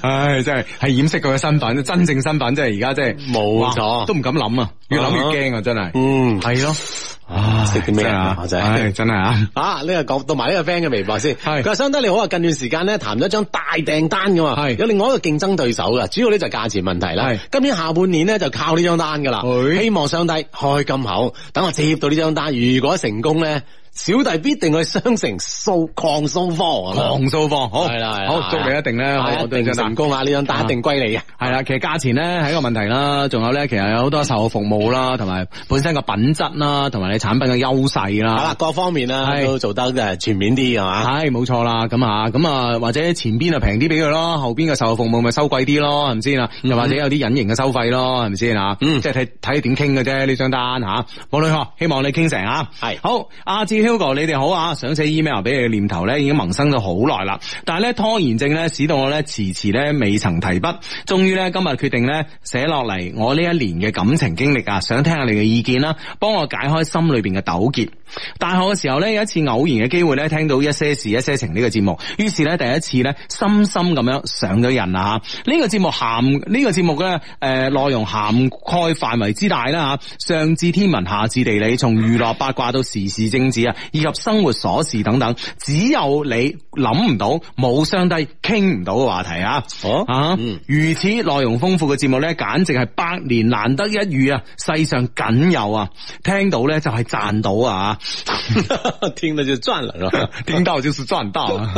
D: 唉，真係係掩飾佢嘅身份，真正身份即係而家即係
F: 冇錯
D: 哇都唔敢諗啊！越諗越驚啊！真係，
F: 嗯，
D: 係咯，
F: 識啲咩人啊
D: 唉
F: 真
D: 真
F: 係
D: 係唉真係啊！
F: 啊！呢個講到埋呢個 friend 嘅微博先，
D: 係
F: 佢話相得你好啊！近段時間咧談咗一張大訂單噶嘛，
D: 係
F: 有另外一個競爭對手噶，主要咧就係價錢問題啦
D: 係。
F: 今年下半年咧就靠呢張單噶啦，
D: 哎
F: 希望相低開金口，等我接到呢張單，如果成功咧，小弟必定去商城掃狂掃啊科，
D: 狂掃放好，
F: 係啦係啦
D: 好祝你一定咧，
F: 係
D: 我
F: 一定成功啊！呢張單一定歸你嘅。
D: 系啦，其實價錢咧係一個問題啦，仲有咧其實有好多售後服務啦，同埋本身個品質啦，同埋你產品嘅優勢
F: 好啦
D: 啦，。
F: 各方面啦
D: 係
F: 都做得誒全面啲係嘛？
D: 係冇錯啦，咁啊，咁啊，或者前邊啊平啲俾佢咯，後邊嘅售後服務咪收貴啲咯，係咪先啊？又或者有啲隱形嘅收費咯，係咪先啊？
F: 嗯
D: 即係睇睇你點傾嘅啫，呢張單吓。冇女學，希望你傾成啊。
F: 係
D: 好，阿志 Hugo，你哋好啊！想寫 email 俾你嘅念頭咧，已經萌生咗好耐啦，但係咧拖延症咧，使到我咧遲遲咧未曾提筆。終於咧今日決定咧寫落嚟我呢一年嘅感情經歷啊，想聽下你嘅意見啦，幫我解開心裏邊嘅糾結。大學嘅時候咧，有一次偶然嘅機會咧，聽到一些事一些情呢個節目，於是咧第一次咧深深咁樣上咗癮啦吓。呢、個節目涵呢、個節目咧誒內容涵蓋範圍之大啦吓，上至天文，下至地理，從娛樂八卦到時事政治啊，以及生活瑣事等等，只有你諗唔到，冇相低傾唔到嘅話題啊！
F: 哦
D: 啊
F: 嗯，
D: 如此內容豐富嘅節目咧，簡直係百年難得一遇啊，世上僅有啊！聽到咧就係賺到啊！
F: <laughs> 聽到就賺啦，係 <laughs> 吧
D: 聽到就是賺到啊！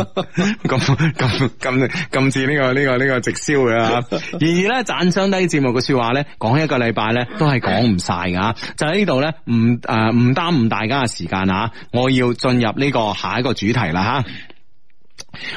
D: 咁咁咁咁似呢個呢、個呢、個直銷嘅啊！然而咧讚相低節目嘅说話咧，講一個禮拜咧都係講唔晒噶，就喺呢度咧唔诶唔耽誤大家嘅時間啊！我要進入呢個下一個主題啦吓。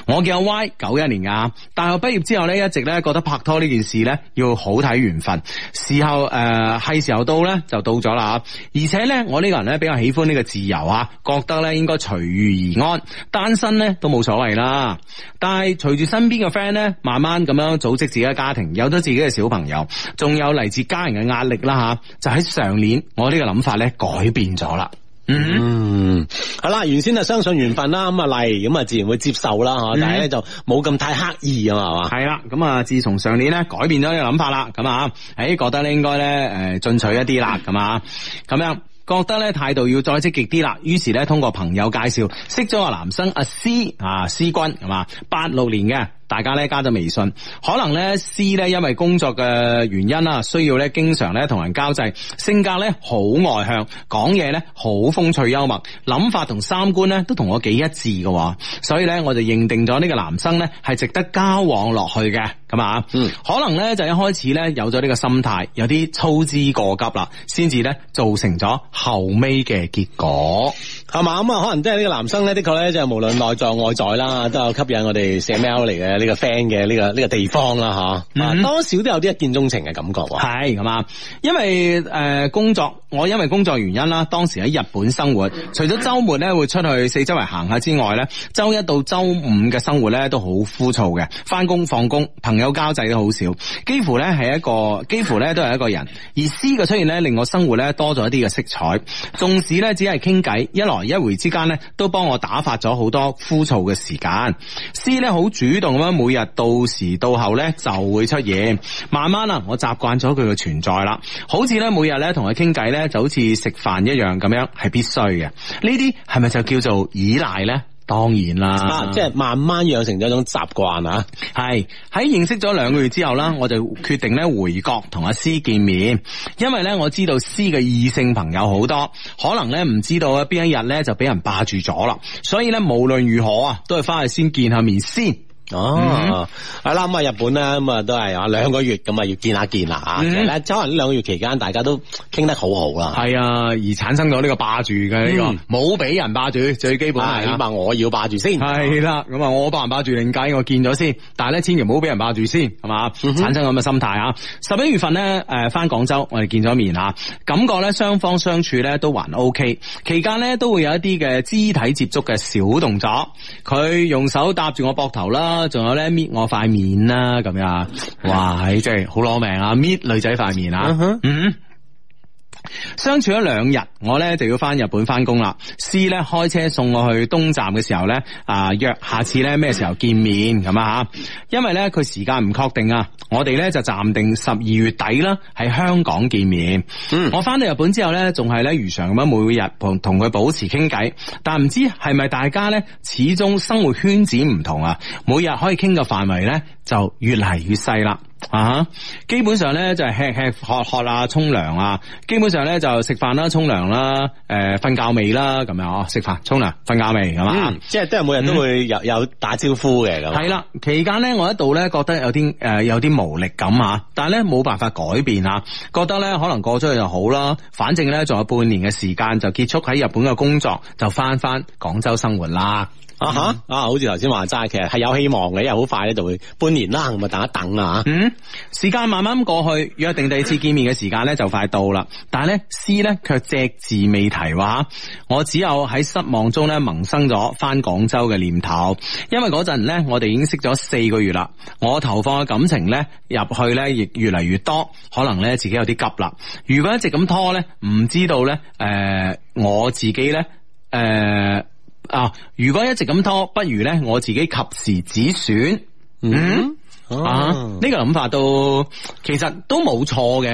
D: 我叫阿 Y，九一年噶，大學畢業之後咧，一直咧覺得拍拖呢件事咧要好睇緣分，時候诶係、時候到咧就到咗啦，而且咧我呢個人咧比較喜歡呢個自由啊，覺得咧應該隨遇而安，單身咧都冇所謂啦。但係隨住身邊嘅 friend 咧，慢慢咁樣組織自己嘅家庭，有咗自己嘅小朋友，仲有嚟自家人嘅壓力啦吓，就喺上年我呢個諗法咧改變咗啦。嗯。
F: 嗯，好啦，原先啊相信緣分啦，咁啊嚟，咁啊自然會接受啦，
D: 嗯
F: 吓，但係咧就冇咁太刻意啊嘛，係嘛，
D: 系啦，咁啊，自從上年咧改變咗呢個諗法啦，咁啊，诶，覺得咧應該咧诶進取一啲啦，咁啊，咁樣覺得咧態度要再積極啲啦，於是咧通過朋友介紹識咗個男生阿 C 啊 C 啊君係嘛，八六年嘅。大家咧加咗微信，可能咧 C 咧因為工作嘅原因啦，需要咧經常咧同人交際，性格咧好外向，講嘢咧好風趣幽默，諗法同三觀咧都同我幾一致嘅喎，所以咧我就認定咗呢個男生咧係值得交往落去嘅，咁啊，
F: 嗯
D: 可能咧就一開始咧有咗呢個心態，有啲操之過急啦，先至咧造成咗後尾嘅結果。
F: 係嘛咁啊，可能即係呢個男生咧，的確咧，即係無論內在外在啦，都有吸引我哋寫 mail 嚟嘅呢個 friend 嘅呢個呢個地方啦，吓、啊
D: 嗯
F: 多少都有啲一見鍾情嘅感覺喎。
D: 係咁啊，因為诶、呃工作，我因為工作原因啦，當時喺日本生活，除咗周末咧會出去四周圍行下之外咧，周一到周五嘅生活咧都好枯燥嘅，翻工放工，朋友交際都好少，幾乎咧係一個，幾乎咧都係一個人。而 C 嘅出現咧，令我生活咧多咗一啲嘅色彩，縱使咧只係傾偈，一來一回之間咧，都幫我打發咗好多枯燥嘅時間。C 咧好主動咁樣，每日到時到後咧就會出現。慢慢啊，我習慣咗佢嘅存在啦，好似咧每日咧同佢傾偈咧，就好似食飯一樣咁樣，係必須嘅。呢啲係咪就叫做依賴咧？當然啦，
F: 啊，即係慢慢養成咗一種習慣啊！
D: 係喺認識咗兩個月之後啦，我就決定咧回國同阿 C 見面，因為咧我知道 C 嘅異性朋友好多，可能咧唔知道啊邊一日咧就俾人霸住咗啦，所以咧無論如何啊，都係翻去先見下面先。
F: 哦，係啦，咁啊，日本咧，咁啊，都係啊兩個月咁啊，要見下見啦啊！其
D: 嗯
F: 實咧，可能呢兩個月期間，大家都傾得好好啦。
D: 係啊，而產生咗呢個霸住嘅呢個，冇俾人霸住，最基本
F: 啊，
D: 係
F: 起碼我要霸住先。
D: 系啦，咁啊，我霸唔霸住另計，我見咗先。但係咧，千祈唔好俾人霸住先，係嘛？
F: 嗯
D: 產生咁嘅心態啊！十一月份呃咧，诶，翻廣州，我哋見咗面啊，感覺咧雙方相處咧都還 O K。期間咧都會有一啲嘅肢體接觸嘅小動作，佢用手搭住我膊頭啦，仲有咧搣我塊面啦，咁樣啊，哇！唉真係好攞命啊，搣女仔塊面啊，
F: 嗯哼
D: 嗯。相處咗兩日，我咧就要翻日本翻工啦。C 咧開車送我去東站嘅時候咧，啊約下次咧咩時候見面咁啊吓，因為咧佢時間唔確定啊，我哋咧就暫定十二月底啦，喺香港見面。
F: 嗯
D: 我翻到日本之後咧，仲係咧如常咁樣每日同同佢保持傾偈，但唔知係咪大家咧始終生活圈子唔同啊，每日可以傾嘅範圍咧就越嚟越細啦。啊哈！基本上咧就係吃吃喝喝啊，沖涼啊，基本上咧就食飯啦、沖涼啦、诶、瞓覺未啦咁樣哦，食飯、沖涼、瞓覺未咁啊。
F: 嗯，即係都係每日都
D: 嗯
F: 會有有打招呼嘅咁。
D: 係啦，期間咧，我一度咧覺得有啲诶、呃有啲無力感啊，但係咧冇辦法改變啊，覺得咧可能過咗去就好啦，反正咧仲有半年嘅時間就結束喺日本嘅工作，就翻翻廣州生活啦。嗯
F: 啊吓啊，好似頭先話齋，其實係有希望嘅，因為好快咧就會半年啦，咁啊等一等啦吓。
D: 嗯，時間慢慢過去，約定第二次見面嘅時間咧就快到啦。但係咧，C 咧卻隻字未提話，我只有喺失望中咧萌生咗翻廣州嘅念頭。因為嗰陣咧，我哋已經識咗四個月啦，我投放嘅感情咧入去咧亦越嚟越多，可能咧自己有啲急啦。如果一直咁拖咧，唔知道咧，诶、我自己咧，诶、啊！如果一直咁拖，不如咧我自己及時止損。嗯
F: 哦
D: 啊，呢、個諗法都其實都冇錯嘅，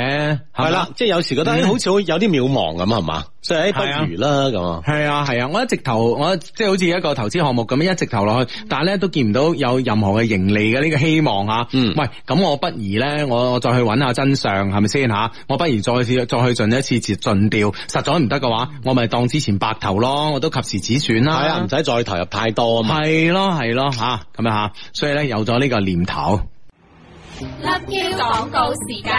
F: 係
D: 係
F: 啦，。即係有時覺得哎好似好有啲渺茫咁，係嘛？所以哎不
D: 係嗯啊
F: 如啦咁啊。
D: 係啊係啊，我一直投我即係好似一個投資項目咁樣一直投落去，
F: 嗯
D: 但係咧都見唔到有任何嘅盈利嘅呢個希望啊。
F: 嗯
D: 喂，咁我不如咧，我我再去揾下真相係咪先吓？我不如再次再去盡一次盡盡調，實在唔得嘅話，我咪當之前白投咯，我都及時止損啦。
F: 係啊，唔使再投入太多啊嘛。
D: 係咯係咯吓，咁樣吓，所以咧有咗呢個念頭。
A: Love Q 廣告時間，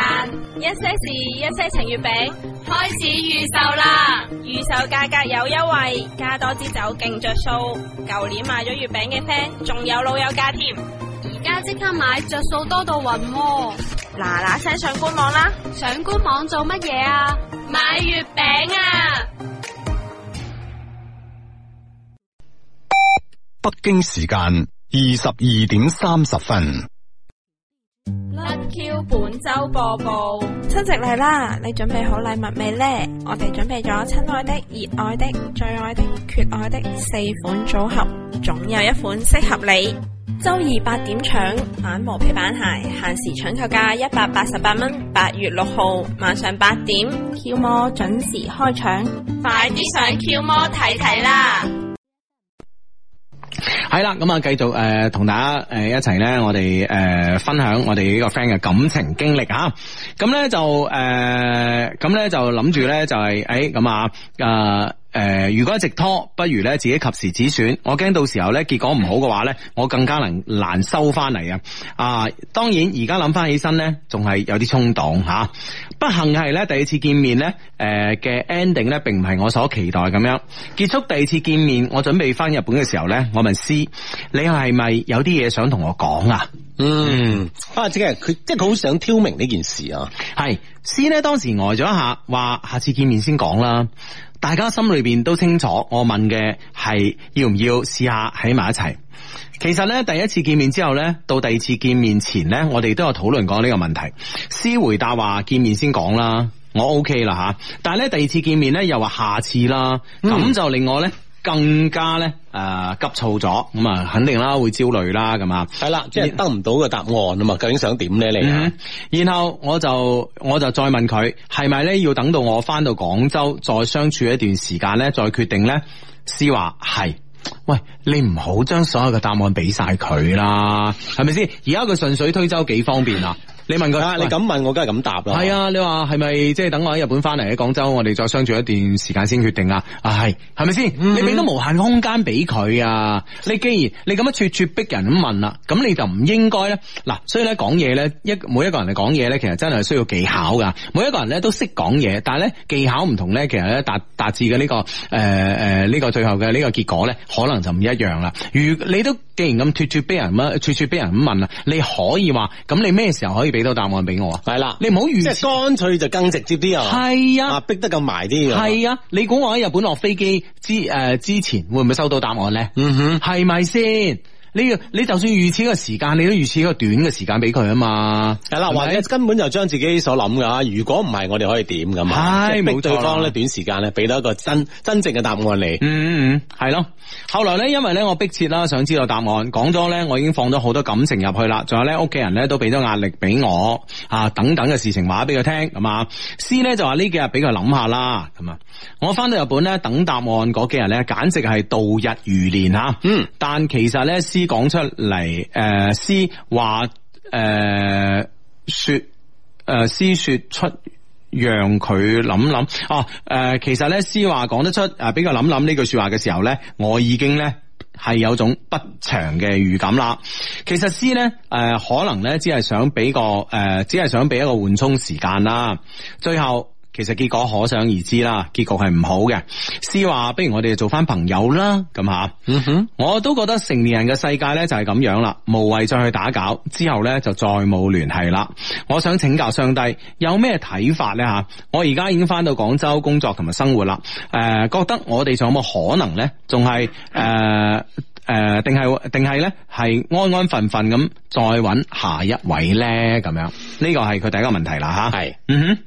A: 一些事，一些情月餅開始預售啦！
B: 預售價格有優惠，加多支酒勁着數。舊年買咗月餅嘅 friend，仲有老友價添，
A: 而家即刻買，着數多到暈喎、
B: 嗱嗱聲上官網啦！
A: 上官網做乜嘢啊？買月餅啊！
C: 北京時間二十二點三十分。
A: Love Q 本周播報，
B: 親戚嚟啦，你準備好禮物未呢？我哋準備咗親愛的、熱愛的、最愛的、缺愛的四款組合，總有一款適合你。周二八點搶反毛皮板鞋，限時搶購價一百八十八蚊，八月六號晚上八點，Q 魔準時開搶，
A: 快啲上 Q 魔睇睇啦！
D: 係啦，咁啊繼續诶同大家呃诶一齊咧，我哋诶分享我哋呢個 friend 嘅感情啊經歷吓。咁咧就诶，咁咧就諗住咧就係诶咁啊诶。诶、如果一直拖，不如咧自己及時止損。我驚到時候咧結果唔好嘅話咧，我更加能難收翻嚟啊！啊，當然而家諗翻起身咧，仲係有啲衝動吓、不幸係咧，第二次見面咧，诶、嘅 ending 咧並唔係我所期待咁樣。結束第二次見面，我準備翻日本嘅時候咧，我問 C，你係咪有啲嘢想同我講啊？
F: 嗯，啊，即系佢，即系佢好想挑明呢件事啊。
D: 系 C 咧，當時呆咗一下，話下次見面先講啦。大家心裏边都清楚，我問嘅係要唔要試下喺埋一齊。其實咧，第一次見面之後咧，到第二次見面前咧，我哋都有討論過呢個問題。C 回答話見面先講啦，我 OK 啦吓。但係咧，第二次見面咧又話下次啦，咁、就令我咧更加咧诶、呃急躁咗，咁啊肯定啦會焦慮啦咁啊。
F: 系啦，即系得唔到個答案啊嘛，究竟想點咧你啊？
D: 嗯然後我就我就再問佢係咪咧要等到我翻到廣州再相處一段時間咧，再決定咧？思話係。喂，你唔好將所有嘅答案俾晒佢啦，係咪先？而家佢順水推舟幾方便啊！你問佢，
F: 啊，你
D: 喂
F: 咁問我，梗係咁答啦。
D: 系，啊，你話係咪即係等我喺日本翻嚟喺廣州，我哋再相處一段時間先決定啊？啊係，係咪先？你俾咗無限空間俾佢啊！你既然你咁樣咄咄逼人咁問啦，咁你就唔應該咧嗱。所以咧講嘢咧，一每一個人嚟講嘢咧，其實真係需要技巧噶。每一個人咧都識講嘢，但係咧技巧唔同咧，其實咧達達至嘅呢、個誒誒呢個最後嘅呢個結果咧，可能就唔一樣啦。如你都既然咁咄咄逼人咁樣咄咄逼人咁問啦，你可以話咁你咩時候可以俾到答案俾我啊？
F: 系啦，
D: 你唔好
F: 即
D: 預
F: 係乾脆就更直接啲啊。
D: 系
F: 啊，
D: 啊。
F: 逼得咁埋啲啊。
D: 系啊，你估我喺日本落飛機之诶、呃之前會唔會收到答案咧？
F: 嗯哼，
D: 係咪先？你要你就算預設個時間，你都預設一個短嘅時間俾佢啊嘛。
F: 係啦，
D: 係咪
F: 或者根本就將自己所諗噶，如果唔係，我哋可以點噶嘛？
D: 係
F: 即係逼
D: 冇錯
F: 對
D: 啦
F: 方咧，短時間咧，俾到一個真真正嘅答案你。
D: 嗯嗯，系咯。後來咧，因為咧我迫切啦，想知道答案，講咗咧，我已經放咗好多感情入去啦。仲有咧，屋企人咧都俾咗壓力俾我啊，等等嘅事情話俾佢聽咁啊。C 咧就話呢幾日俾佢諗下啦，咁啊。我翻到日本咧等答案嗰幾日咧，簡直係度日如年吓。
F: 嗯，
D: 但其實咧 C 講出嚟，诶、C 話诶、呃、说诶、呃 C 说出。讓佢諗諗，哦，诶、其實咧，思華講得出，诶，俾佢諗諗呢句说話嘅時候咧，我已經咧係有種不祥嘅預感啦。其實思咧，诶、可能咧只係想俾個诶、誒只係想俾一個緩衝時間啦。最後其實結果可想而知啦，結局係唔好嘅。思話，不如我哋做翻朋友啦，咁吓。
F: 嗯哼，
D: 我都覺得成年人嘅世界咧就係咁樣啦，無謂再去打攪，之後咧就再冇聯繫啦。我想請教上帝有咩睇法咧吓？我而家已經翻到廣州工作同埋生活啦，诶、覺得我哋仲有冇可能咧？仲係诶诶，定係定係咧係安安分分咁再揾下一位咧？咁樣呢個係佢第一個問題啦吓。
F: 係。
D: 嗯哼。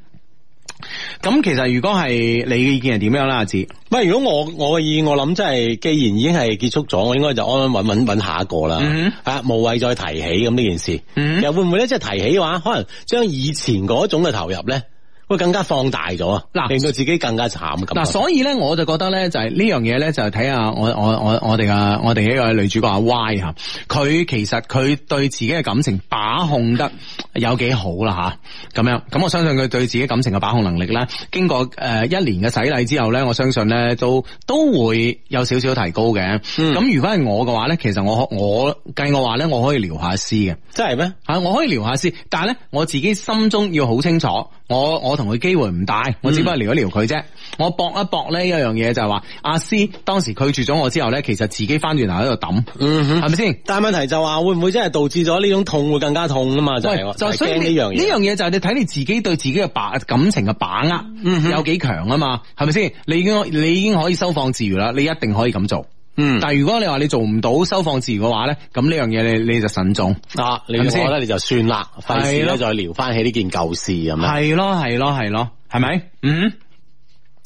D: 咁其實如果係你嘅意見係點樣啦，阿志？
F: 唔係，如果我我嘅意，我諗真係，既然已經係結束咗，我應該就安安穩穩揾下一個啦。
D: 嗯
F: 啊，無謂再提起咁呢件事。
D: 嗯
F: 其實會唔會咧，即係提起嘅話，可能將以前嗰種嘅投入咧，會更加放大咗啊，
D: 嗱
F: 令到自己更加慘咁啊。
D: 嗱，所以咧，我就覺得咧，就係呢樣嘢咧，就係睇下我我我我哋嘅我哋呢個女主角阿 Y 吓，佢其實佢對自己嘅感情把控得有幾好啦吓，咁樣咁我相信佢對自己感情嘅把控能力咧，經過誒、呃一年嘅洗禮之後咧，我相信咧都都會有少少提高嘅。咁、
F: 嗯
D: 如果係我嘅話咧，其實我可我計我話咧，我可以聊下詩嘅。
F: 真係咩？
D: 吓，啊我可以聊下先，但系咧，我自己心中要好清楚，我我同佢機會唔大，
F: 嗯
D: 我只不過聊一聊佢啫。我搏一搏呢一樣嘢就係話，阿詩當時拒絕咗我之後咧，其實自己翻轉頭喺度抌，
F: 嗯哼。
D: 係咪先？
F: 但系问题就話會唔會真係導致咗呢種痛會更加痛啊嘛？就係
D: 喂
F: 我，
D: 就
F: 係
D: 所以
F: 驚呢
D: 你
F: 樣
D: 呢
F: 嘢。
D: 樣嘢就係你睇你自己對自己嘅把感情嘅把握、
F: 嗯
D: 有幾強啊嘛，係咪先？你已經你已經可以收放自如啦，你一定可以咁做。
F: 嗯
D: 但系如果你話你做唔到收放自如嘅話咧，咁呢樣嘢你你就慎重。
F: 啊，你
D: 係
F: 我
D: 咪先
F: 覺得你就算啦，費事
D: 係
F: 咧
D: 咯
F: 再聊翻起呢件舊事咁樣。
D: 系咯，系咯，系咯，系咪？嗯。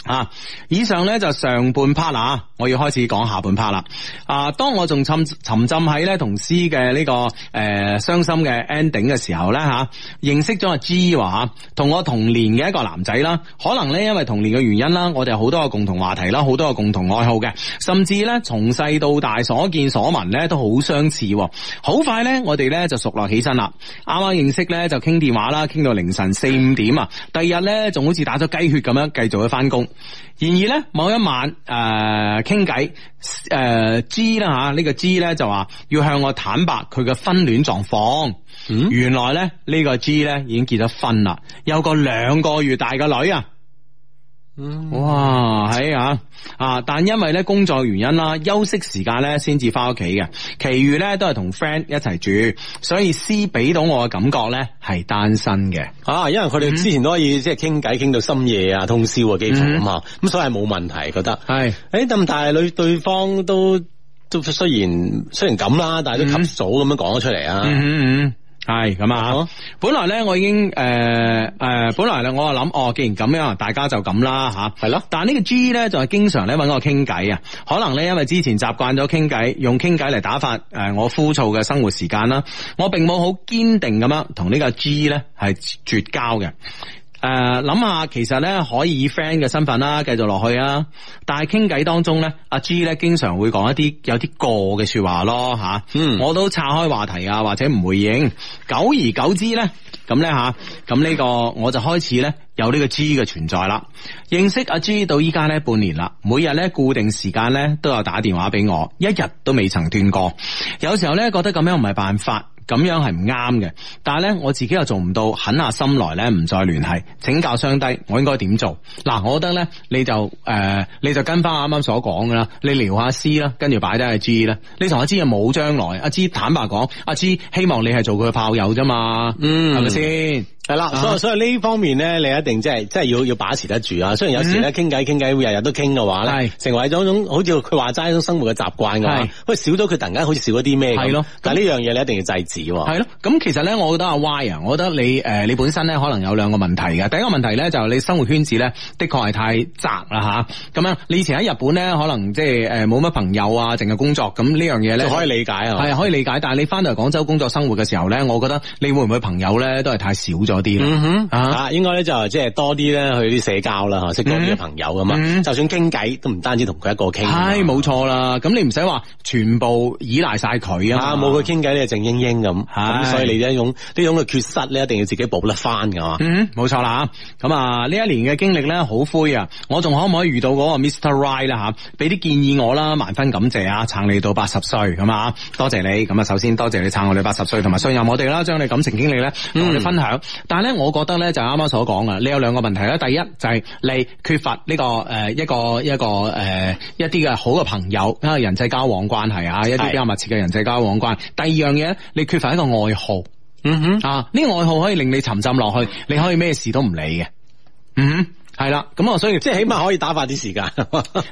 D: 啊！以上咧就上半 part 啦，我要開始講下半 part 啦。啊，當我仲沉沉浸喺咧同 C 嘅呢、個誒、呃、傷心嘅 ending 嘅時候咧嚇、認識咗阿 G 話同我同年嘅一個男仔啦，可能咧因為同年嘅原因啦，我哋有好多個共同話題啦，好多個共同愛好嘅，甚至咧從細到大所見所聞咧都好相似喎。好快咧，我哋咧就熟絡起身啦。啱啱認識咧就傾電話啦，傾到凌晨四五點啊。第二日咧仲好似打咗雞血咁樣繼續去翻工。然而咧某一晚誒傾偈誒 G 啦吓，呢、個 G 咧就話要向我坦白佢嘅婚戀狀況。原來咧呢、個 G 咧已經結咗婚啦，有個兩個月大嘅女啊。哇，係啊啊！但因為咧工作原因啦，休息時間咧先至翻屋企嘅，其餘咧都係同 friend 一齊住，所以 C 俾到我嘅感覺咧係單身嘅。
F: 啊，因為佢哋
D: 嗯
F: 之前都可以即係傾偈傾到深夜啊、通宵啊，幾乎咁啊，咁所以係冇問題，覺得
D: 係
F: 誒，咁但係你對方都都雖然雖然咁啦，但係都及早咁樣講咗出嚟啊，
D: 嗯嗯嗯嗯。係咁啊
F: 好！
D: 本來咧，我已經誒誒、呃呃本來咧，我就諗哦，既然咁樣，大家就咁啦吓。
F: 係咯
D: 但呢個 G 咧就係經常咧揾我傾偈啊，可能咧因為之前習慣咗傾偈，用傾偈嚟打發誒、呃我枯燥嘅生活時間啦，我並冇好堅定咁樣同呢個 G 咧係絕交嘅。誒，呃諗下其實咧可以以 friend 嘅身份啦，繼續落去啊。但係傾偈當中咧，阿 G 咧經常會講一啲有啲過嘅說話咯，吓、
F: 嗯
D: 我都岔開話題啊，或者唔回應。久而久之咧，咁咧吓，咁呢個我就開始咧有呢個 G 嘅存在啦。認識阿 G 到依家咧半年啦，每日咧固定時間咧都有打電話俾我，一日都未曾斷過。有時候咧覺得咁樣唔係辦法。咁樣係唔啱嘅，但係咧我自己又做唔到，狠下心來咧唔再聯繫，請教相低，我應該點做？嗱，我覺得咧你就誒、呃你就跟翻啱啱所講噶啦，你聊下 C 啦，跟住擺低阿 G 啦，你同阿 G 又冇將來，阿 G 坦白講，阿 G 希望你係做佢嘅炮友啫嘛，
F: 嗯
D: 係咪先？啊
F: 係啦，所以所以呢方面咧，你一定即係即係要要把持得住啊。雖然
D: 嗯
F: 有時咧傾偈傾偈會日日都傾嘅話咧
D: 係，
F: 成為咗一種好似佢話齋一種生活嘅習慣嘅話
D: 係，
F: 喂少咗佢突然間好似少咗啲咩咁
D: 係咯
F: 但係呢樣嘢你一定要制止喎。
D: 係咯，咁其實咧，我覺得阿 Y 啊，我覺得你誒、呃你本身咧可能有兩個問題嘅。第一個問題咧就係你生活圈子咧，的確係太窄啦吓。咁樣你以前喺日本咧，可能即係誒冇乜朋友啊，淨係工作，咁呢樣嘢咧
F: 就可以理解啊。
D: 係可以理解。但係你翻到嚟廣州工作生活嘅時候咧，我覺得你會唔會朋友咧都係太少咗啲啦
F: 嗯哼，
D: 啊
F: 啊，應該咧就即係多啲咧去啲社交啦，嚇，識多啲嘅朋友咁啊。
D: 嗯
F: 就算傾偈都唔單止同佢一個傾，啊
D: 係冇錯啦，咁你唔使話全部依賴晒佢啊
F: 啊，
D: 嘛，
F: 冇佢傾偈咧靜英英咁，
D: 係
F: 咁所以你呢一種呢種嘅缺失咧，一定要自己補得翻㗎嘛。
D: 嗯，冇錯啦吓，咁啊呢一年嘅經歷咧好灰啊，我仲可唔可以遇到嗰個 Mr. Right 啦吓，俾啲建議我啦，萬分感謝啊，撐你到八十歲咁啊，多謝你，咁啊首先多謝你撐我哋八十歲，同埋信任我哋啦，將你感情經歷咧同我哋分享。但係咧，我覺得咧就啱啱所講啊，你有兩個問題啦，第一就係你缺乏呢、個誒、呃一個一個誒、呃一啲嘅好嘅朋友啊，人際交往關係啊，一啲比較密切嘅人際交往關係。第二樣嘢，你缺乏一個愛好。
F: 嗯哼，
D: 啊，呢、個愛好可以令你沉浸落去，你可以咩事都唔理嘅。嗯，係啦，咁啊，所以
F: 即係起碼可以打發啲時間。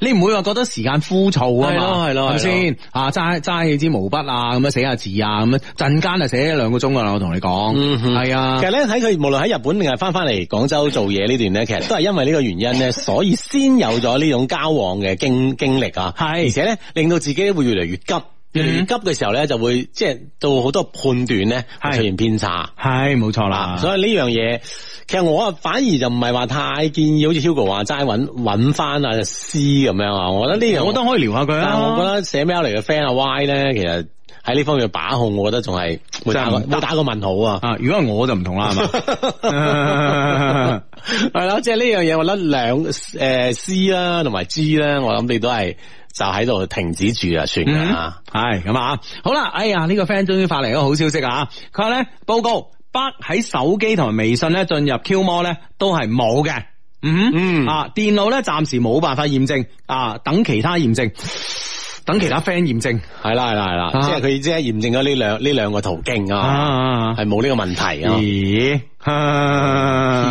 D: 你唔會話覺得時間枯燥啊嘛，
F: 係咯係咯
D: 係咪先？啊，揸揸起支毛筆啊，咁樣寫下字啊，咁樣陣間就寫一兩個鐘啊噶啦，我同你講，
F: 嗯哼
D: 係啊
F: 其實，咧喺佢無論喺日本定係翻翻嚟廣州做嘢呢段咧，其實都係因為呢個原因咧，所以先有咗呢種交往嘅經經歷啊。
D: 係
F: 而且咧令到自己會越嚟越急，越嚟
D: 嗯
F: 越急嘅時候咧就會即係到好多判斷咧會
D: 係
F: 出現偏差。
D: 係冇錯啦
F: 嗱，。所以呢樣嘢，其實我啊反而就唔係話太建議，好似 Hugo 話齋揾揾翻啊 C 咁樣啊，我覺得呢樣，
D: 嗯我都可以聊下佢
F: 但
D: 啊，
F: 係我覺得寫 mail 嚟嘅 friend 啊 Y 咧，其實喺呢方面嘅把控，我覺得仲係冇打過
D: 真係唔得
F: 冇打過問號啊。
D: 啊，如果係我就唔同啦，係 <laughs> 嘛。
F: <laughs> 係咯，即係呢樣嘢，我覺得兩誒 C 啦，同埋 G 啦，我諗你都係就喺度停止住啊，算㗎啦。
D: 系咁啊，好啦，哎呀，呢、個 friend 終於發嚟一個好消息啊！佢話咧報告，北喺手機同埋微信咧進入 Q 摩咧都係冇嘅。嗯，
F: 嗯
D: 啊，電腦咧暫時冇辦法驗證，啊，等其他驗證，等其他 friend 驗證
F: 係啦係啦係啦，
D: 啊
F: 即係佢即係驗證咗呢兩呢兩個途徑啊，
D: 啊，
F: 係冇呢個問題啊。
D: 咦，
F: 意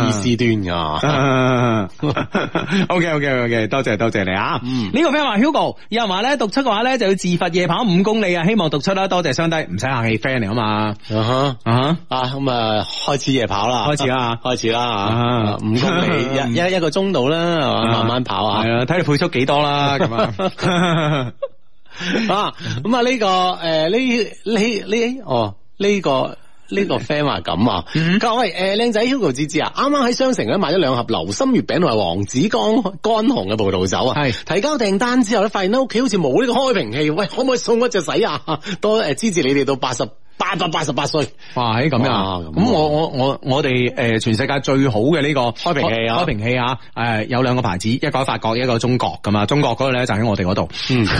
D: 意
F: 思事端噶。
D: 啊 <laughs>
G: O K O K O K，多謝多謝你啊！
F: 嗯
D: 呢個 friend 話 Hugo，有人話咧讀出嘅話咧就要自罰夜跑五公里啊，希望讀出啦，多謝相低，唔使客氣，friend 嚟啊嘛，
F: 啊哈
D: 啊
F: 啊咁啊，開始夜跑啦，
D: 開始啦
F: <laughs> 開始啦
D: 啊
F: 吓，五公里一一一個鐘度啦，係嘛慢慢跑啊
D: 係。啊，睇你配速幾多
F: <laughs>
D: 啦，咁啊，
F: 啊，咁啊呢個诶呢呢呢哦呢個。呢個 friend 話咁啊，各位誒靚仔 Hugo 芝芝啊，啱啱喺商城咧買咗兩盒流心月餅同埋黃子江乾紅嘅葡萄酒啊，
D: 係
F: 提交訂單之後咧，發現咧屋企好似冇呢個開瓶器，喂，可唔可以送我隻仔啊？ <laughs> 多誒支持你哋到八十八百八十八歲，
D: 哇，係咁
F: 哇
D: 啊，
F: 咁啊
D: 咁我我我我哋誒全世界最好嘅呢個開
F: 瓶器啊
D: 開瓶器啊，誒有兩個牌子，一個喺法國，一個喺中國咁啊，中國嗰個咧就喺我哋嗰度，
F: 嗯
D: <laughs>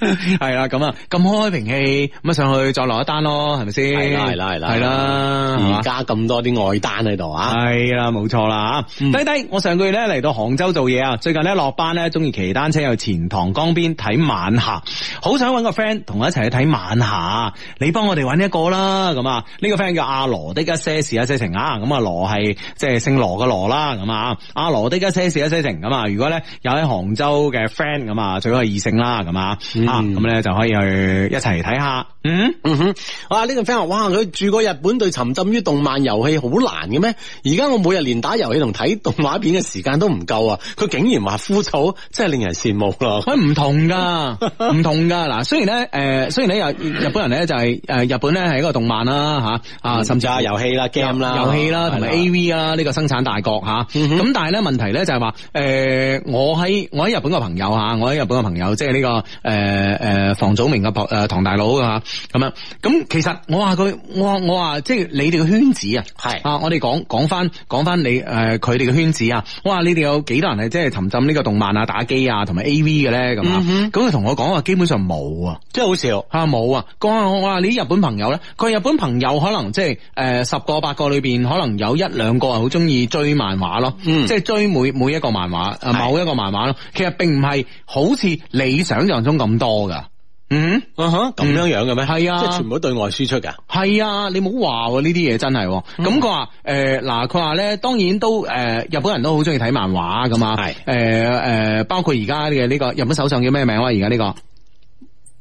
D: 係啦，咁啊，咁開瓶器咁啊上去再落一單咯，係咪先？
F: 係啦係啦嗯係啦
D: 係啦，係嘛
F: 而家咁多啲外單喺度啊，
D: 系啦，冇错啦吓。低低，我上個月咧嚟到杭州做嘢啊，最近咧落班咧中意騎單車去錢塘江邊睇晚霞，好想揾個 friend 同我一齊去睇晚霞，你幫我哋揾一個啦咁啊。呢、個 friend 叫阿羅的一些事一些情啊，咁啊羅係即係姓羅嘅羅啦，咁啊阿羅的一些事一些情咁啊。如果咧有喺杭州嘅 friend 咁啊，最好係異性啦，咁啊、啊咁咧就可以去一齊睇下，嗯。
F: 嗯哼，哇！呢、個 friend 話哇，佢住過日本，對沉浸於動漫遊戲好難嘅咩？而家我每日連打遊戲同睇動畫片嘅時間都唔夠啊！佢竟然話枯燥，真係令人羨慕咯。
D: 喂，唔同噶，唔同噶。嗱，雖然咧，誒、雖然咧日日本人咧就係、呃日本咧係一個動漫啦嚇啊，甚至
F: <laughs> 啊， <laughs>
D: 乎
F: 遊戲啦、game 啦、
D: 遊戲啦，同埋
F: 係
D: A V 啦，呢個生產大國嚇。
F: 嗯哼
D: 咁但係咧問題咧就係話，誒我喺我喺日本嘅朋友嚇，我喺日本嘅朋友，即係呢個誒誒房祖名嘅朋誒唐大佬嚇咁樣。咁其實我話佢，我話我話即係你哋嘅圈子啊，
F: 係
D: 啊，我哋講講翻講翻你誒佢哋嘅圈子啊，我話你哋有幾多人係即係沉浸呢個動漫啊、打機啊同埋 A V 嘅咧咁啊？咁佢同我講話基本上冇啊。
F: 真係好笑。
D: 啊冇啊！講下我話你啲日本朋友咧，佢日本朋友可能即係誒十個八個裏邊，可能有一兩個係好中意追漫畫咯，
F: 嗯
D: 即係追每每一個漫畫啊某一個漫畫咯。其實並唔係好似你想象中咁多噶。嗯，
F: 啊哈，咁樣樣嘅咩？
D: 係啊
F: 即係全部都對外輸出㗎。
D: 係啊，你冇話喎呢啲嘢真係喎。
F: 嗯
D: 咁佢話誒嗱，佢話咧當然都誒、呃日本人都好中意睇漫畫噶嘛。
F: 係
D: 誒誒，包括而家嘅呢個日本首相叫咩名啊？而家呢個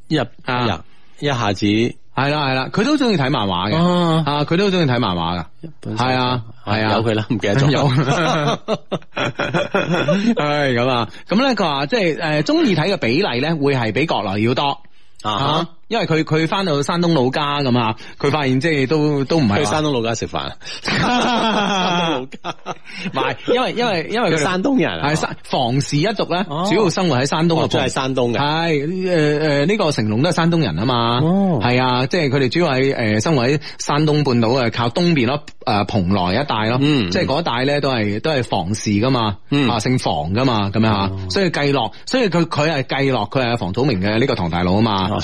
F: 一
D: 啊
F: 一一下子
D: 係啦係啦，佢都中意睇漫畫嘅。
F: 啊，
D: 啊！佢都中意睇漫畫噶，係啊，係啊，
F: 由佢啦，唔記得 <laughs> 咗。
D: 有，
F: 啊
D: 唉咁啊，咁咧佢話即係誒中意睇嘅比例咧，會係比國內要多
F: 啊哈，
D: 因為佢佢翻到山東老家咁啊，佢發現即係都都唔係
F: 去
D: 話
F: 山東老家食 <laughs> 飯。老家，
D: 唔係，因為因為因為佢
F: 佢山東人啊
D: 係山房氏一族咧，
F: 哦
D: 主要生活喺山東
F: 哦
D: 嘅部
F: 真係
D: 分。
F: 山東嘅。
D: 係誒誒呢個成龍都係山東人啊嘛，
F: 哦
D: 係啊，即係佢哋主要喺誒、呃生活喺山東半島啊，靠東邊咯，誒、蓬萊一帶咯，
F: 嗯
D: 即係嗰一帶咧都係都係房氏噶嘛，
F: 嗯哦
D: 啊姓房噶嘛，咁樣啊，所以計落，所以佢佢係計落，佢係房祖名嘅呢個唐大佬啊嘛。
F: 哦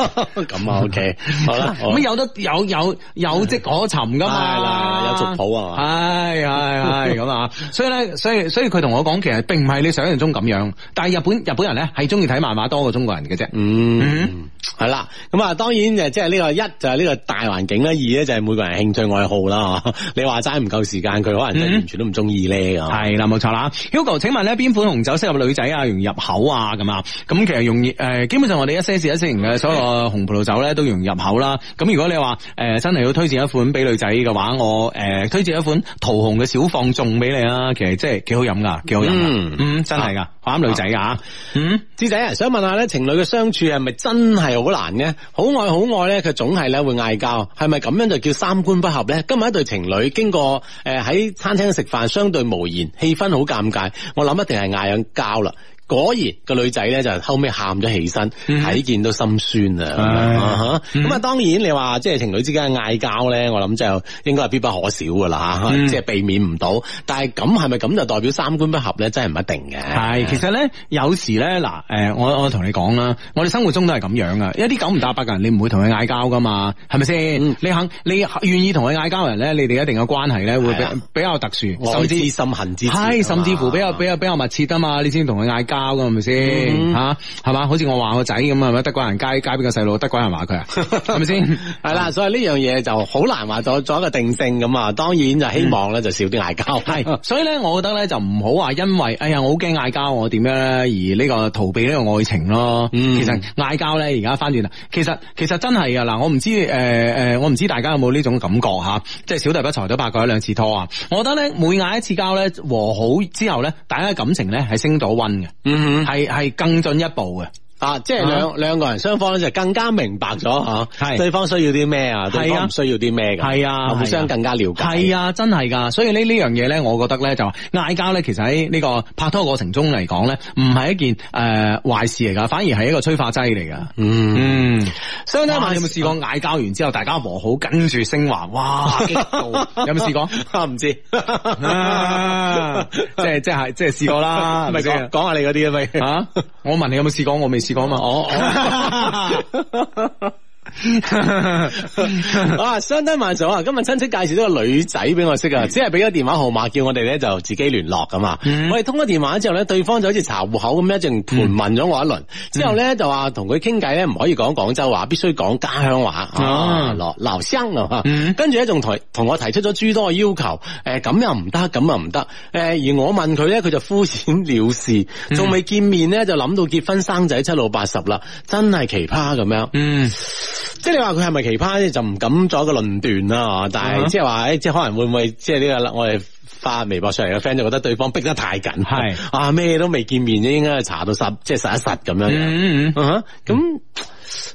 F: 咁
D: <laughs>
F: 啊，OK，好啦，好啦
D: 咁有得有有有迹可尋噶
F: 係啦
D: 嘛，
F: 有族譜啊嘛
D: 係
F: <laughs>
D: 係係咁啊，所以咧，所以所以佢同我講，其實並唔係你想象中咁樣，但係日本日本人咧係中意睇漫畫多過中國人嘅啫。
F: 嗯，系啦，咁啊，當然誒，即係呢個一就係呢個大環境啦，二咧就係每個人興趣愛好啦。嚇你話齋唔夠時間，佢可能
D: 嗯
F: 就完全都唔中意咧咁。啊
D: 系啦，冇錯啦。Hugo，請問咧邊款紅酒適合女仔啊？容易入口啊？咁啊，咁其實容易诶、誒基本上我哋一些事一些情嘅所有紅葡萄酒咧都容易入口啦。咁如果你話诶、誒真係要推薦一款俾女仔嘅話，我诶、誒推薦一款桃紅嘅小放縱俾你啊。其實即係幾好飲噶，幾好飲
F: 嗯
D: 噶，
F: 啊
D: 嗯，真係噶，好啱女仔噶吓，嗯。
F: 志仔啊，想問下咧，情侶嘅相處係咪真係好難呢？好愛好愛咧，佢總係咧會嗌交，係咪咁樣就叫三觀不合咧？今日一對情侶經過誒喺、餐廳食飯，相對無言，氣氛好尷尬，我諗一定係嗌緊交啦。果然個女仔咧就後尾喊咗起身，睇見都心酸啊！
D: 嗯唉嗯
F: 啊哈咁啊，當然你話即係情侶之間嘅嗌交咧，我諗就應該係必不可少噶啦
D: 嗯
F: 嚇，即係避免唔到。但係咁係咪咁就代表三觀不合咧？真係唔一定嘅。
D: 系，其實咧有時咧嗱，诶、我我同你講啦，我哋生活中都係咁樣噶，一啲九唔搭八嘅人，你唔會同佢嗌交噶嘛，係咪先？
F: 嗯
D: 你肯，你願意同佢嗌交嘅人咧，你哋一定嘅關係咧會比
F: 係啊
D: 比較特殊，
F: 愛
D: 甚
F: 之
D: 至。
F: 深，恨之切啊嘛
D: 係，甚至乎比較比較比較密切啊嘛，你先同佢嗌交交噶，係咪
F: 嗯
D: 先吓？係嘛？好似我話我仔咁係咪？德國人街街邊個細路，德國人話佢
F: <laughs>
D: 啊，係咪先？
F: 系啦，所以呢樣嘢就好難話作作一個定性咁啊。當然就希望咧就少啲嗌交。
D: 系，所以咧，我覺得咧就唔好話因為，哎呀，我好驚嗌交，我點樣咧，而呢個逃避呢個愛情咯。
F: 嗯
D: 其實嗌交咧，而家翻轉頭，其實其實真係啊噶嗱，我唔知誒誒、呃我唔知大家有冇呢種感覺吓、即係小弟不才都拍過一兩次拖啊。我覺得咧，每嗌一次交咧和好之後咧，大家嘅感情咧係升咗温嘅，
F: 嗯
D: 係係更進一步嘅。
F: 啊，即係兩兩個人雙方咧就更加明白咗吓，
D: 係
F: 對方需要啲咩啊，對
D: 係
F: 方
D: 啊
F: 唔需要啲咩噶，
D: 係啊係
F: 互相
D: 啊
F: 更加了解。
D: 係啊，真係噶，所以呢呢樣嘢咧，我覺得咧就話嗌交咧，其實喺呢個拍拖過程中嚟講咧，唔係一件誒壞事嚟噶，反而係一個催化劑嚟噶。
F: <laughs> 嗯，
D: 嗯，
F: 相當
D: 哇你有冇試過嗌交完之後大家和好，跟住升華？哇，
F: <laughs>
D: 激到有冇試過？
F: 啊？唔 <laughs> 知，
D: 啊即
F: <laughs>
D: 係即係即係試過啦，係
F: 咪
D: 咪
F: 講
D: 先？
F: 講下你哦嗰啲啊咪。
D: 啊！我問你有冇試過，我未試過啊嘛。我
F: <laughs> 啊，相低萬早啊！今日親戚介紹咗個女仔俾我識啊，只係俾咗電話號碼叫我哋咧就自己聯絡咁啊。我哋通咗電話之後咧，對方就好似查戶口咁樣，仲盤問咗我一輪。之後咧就話同佢傾偈咧唔可以講廣州話，必須講家鄉話啊，留留生啊。跟住咧仲同同我提出咗諸多嘅要求，誒咁又唔得，咁又唔得。誒而我問佢咧，佢就敷衍了事，仲未見面咧就諗到結婚生仔七老八十啦，真係奇葩咁樣。
D: 嗯
F: 即係你話佢係咪奇葩咧，就唔敢作一個論斷啦。但
D: 嗯
F: 係即係話，誒，即係可能會唔會即係呢個我哋發微博上嚟嘅 friend 就覺得對方逼得太緊，
D: 係
F: 啊咩都未見面，應該查到實，即係實一實咁樣樣。
D: 嗯嗯
F: 啊哈咁、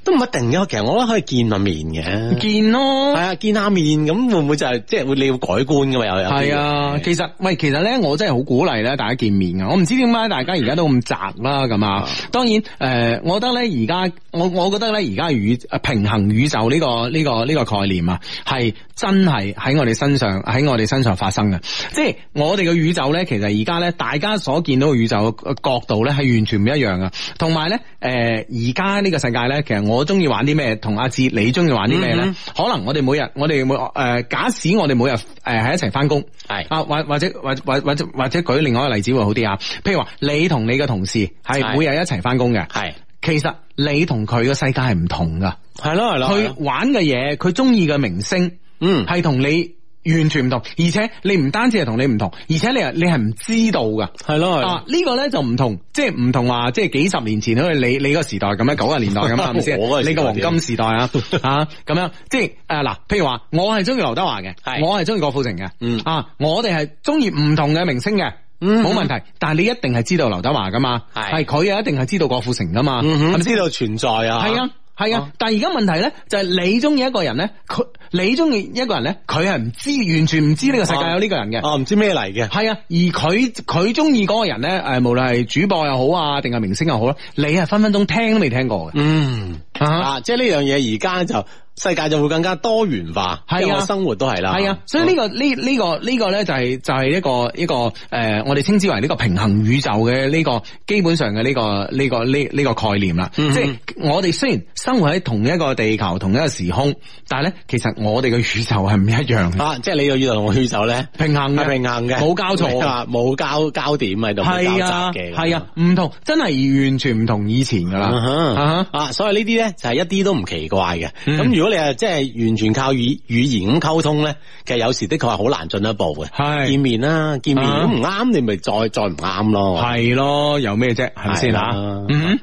F: 都唔一定嘅。其實我覺得可以見下面嘅，
D: 嗯， <laughs> 見咯
F: 係。啊，見下面咁會唔會就係、即係會你要改觀噶嘛？又有啲
D: 係啊，其實喂，其實咧，我真係好鼓勵咧，大家見面噶。我唔知點解大家而家都咁宅啦，咁啊。當然，誒、呃我覺得咧，而家我我覺得咧，而家宇平衡宇宙呢、個呢、個呢、個概念啊，係真係喺我哋身上喺我哋身上發生嘅。即係我哋嘅宇宙咧，其實而家咧，大家所見到嘅宇宙嘅角度咧，係完全唔一樣噶。同埋咧，誒而家呢個世界咧，其實我中意玩啲咩，同阿哲你中意玩啊啲咩
F: 嗯
D: 咧？可能我哋每日我哋每誒、假使我哋每日誒呃喺一齊翻工。
F: 係
D: 啊，或或者或或或者或者舉另外一個例子會好啲啊，譬如話你同你嘅同事
F: 係
D: 係每日一齊翻工嘅，
F: 係
D: 其實你同佢嘅世界係唔同噶，
F: 係咯係咯係
D: 佢
F: 咯，
D: 玩嘅嘢，佢中意嘅明星
F: 嗯
D: 係同你完全唔同，而且你唔單止係同你唔同，而且你係你係唔知道噶。
F: 係咯係咯
D: 啊！呢、個咧就唔同，即係唔同話，即係幾十年前好似你你個時代咁樣，九十年代咁
F: <laughs>
D: 啊，係咪先？
F: 我嗰個時代
D: 你個黃金時代啊，啊咁樣，即係誒嗱，譬如話我係中意劉德華嘅，
F: 係
D: 我係中意郭富城嘅，
F: 嗯
D: 啊，我哋係中意唔同嘅明星嘅。
F: 嗯
D: 冇問題，但係你一定係知道劉德華噶嘛，
F: 係
D: 係佢啊，一定係知道郭富城噶嘛，
F: 嗯
D: 係咪
F: 哼，
D: 先
F: 知道存在啊，
D: 係啊，係啊
F: 啊，
D: 但係而家問題咧，就係你中意一個人咧，佢你中意一個人咧，佢係唔知，完全唔知呢個世界有呢個人嘅。
F: 啊唔知咩嚟嘅，
D: 係啊，而佢佢中意嗰個人咧，誒，無論係主播又好啊，定係明星又好啦，你係分分鐘聽都未聽過嘅。
F: 嗯。啊，即係呢樣嘢而家就世界就會更加多元化，
D: 係啊
F: 因為我生活都係啦，
D: 係啊，所以呢、個呢呢、個呢、個咧就係、就係、一個一個誒、呃我哋稱之為呢個平衡宇宙嘅呢、個基本上嘅呢、個呢、個呢呢、個概念啦。
F: 嗯
D: 即係我哋雖然生活喺同一個地球同一個時空，但係咧其實我哋嘅宇宙係唔一樣嘅，
F: 啊，即係你個宇宙同我宇宙咧
D: 平衡嘅，
F: 係平衡嘅，
D: 冇交錯嘅。
F: 啊， <laughs> 冇交交點喺度，冇
D: 係
F: 交
D: 啊，
F: 集嘅，
D: 係啊，唔同，真係完全唔同以前噶啦。
F: 啊哈
D: 啊哈嗯
F: 啊，所以呢啲咧就係一啲都唔奇怪嘅。咁、如果你係即係完全靠語語言咁溝通咧，其實有時的確係好難進一步嘅。
D: 係
F: 見面啦，見面
D: 啊
F: 如果唔啱，你咪再再唔啱咯。
D: 系咯，有咩啫？系咪先吓？
F: 嗯，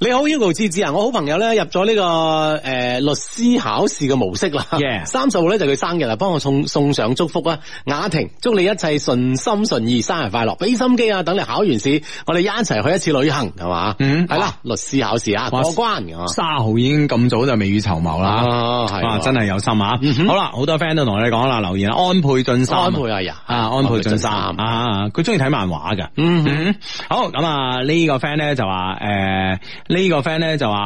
F: 你好 Hugo 志志啊，我好朋友咧入咗呢、個诶、呃律師考試嘅模式啦
D: Yeah
F: 三十號咧就佢生日啦，幫我送送上祝福啊！雅婷，祝你一切順心順意，生日快樂！俾心機啊，等你考完試，我哋一齊去一次旅行，係嘛？
D: 嗯
F: 係啦，律師考試啊，過
D: 哇
F: 關㗎嘛
D: 沙豪已經咁早就未雨綢繆啦，
F: 啊，係
D: 哇，
F: 喎嗯
D: 真係有心啊！好啦，好多 friend 都同我哋講啦，留言啊安倍晉三啊，
F: 安倍啊呀，
D: 啊，安倍晉三
F: 安倍晉
D: 啊，佢中意睇漫畫噶。
F: 嗯
D: 嗯，好咁啊，呢個 friend 咧就話，誒呢個 friend 咧就話，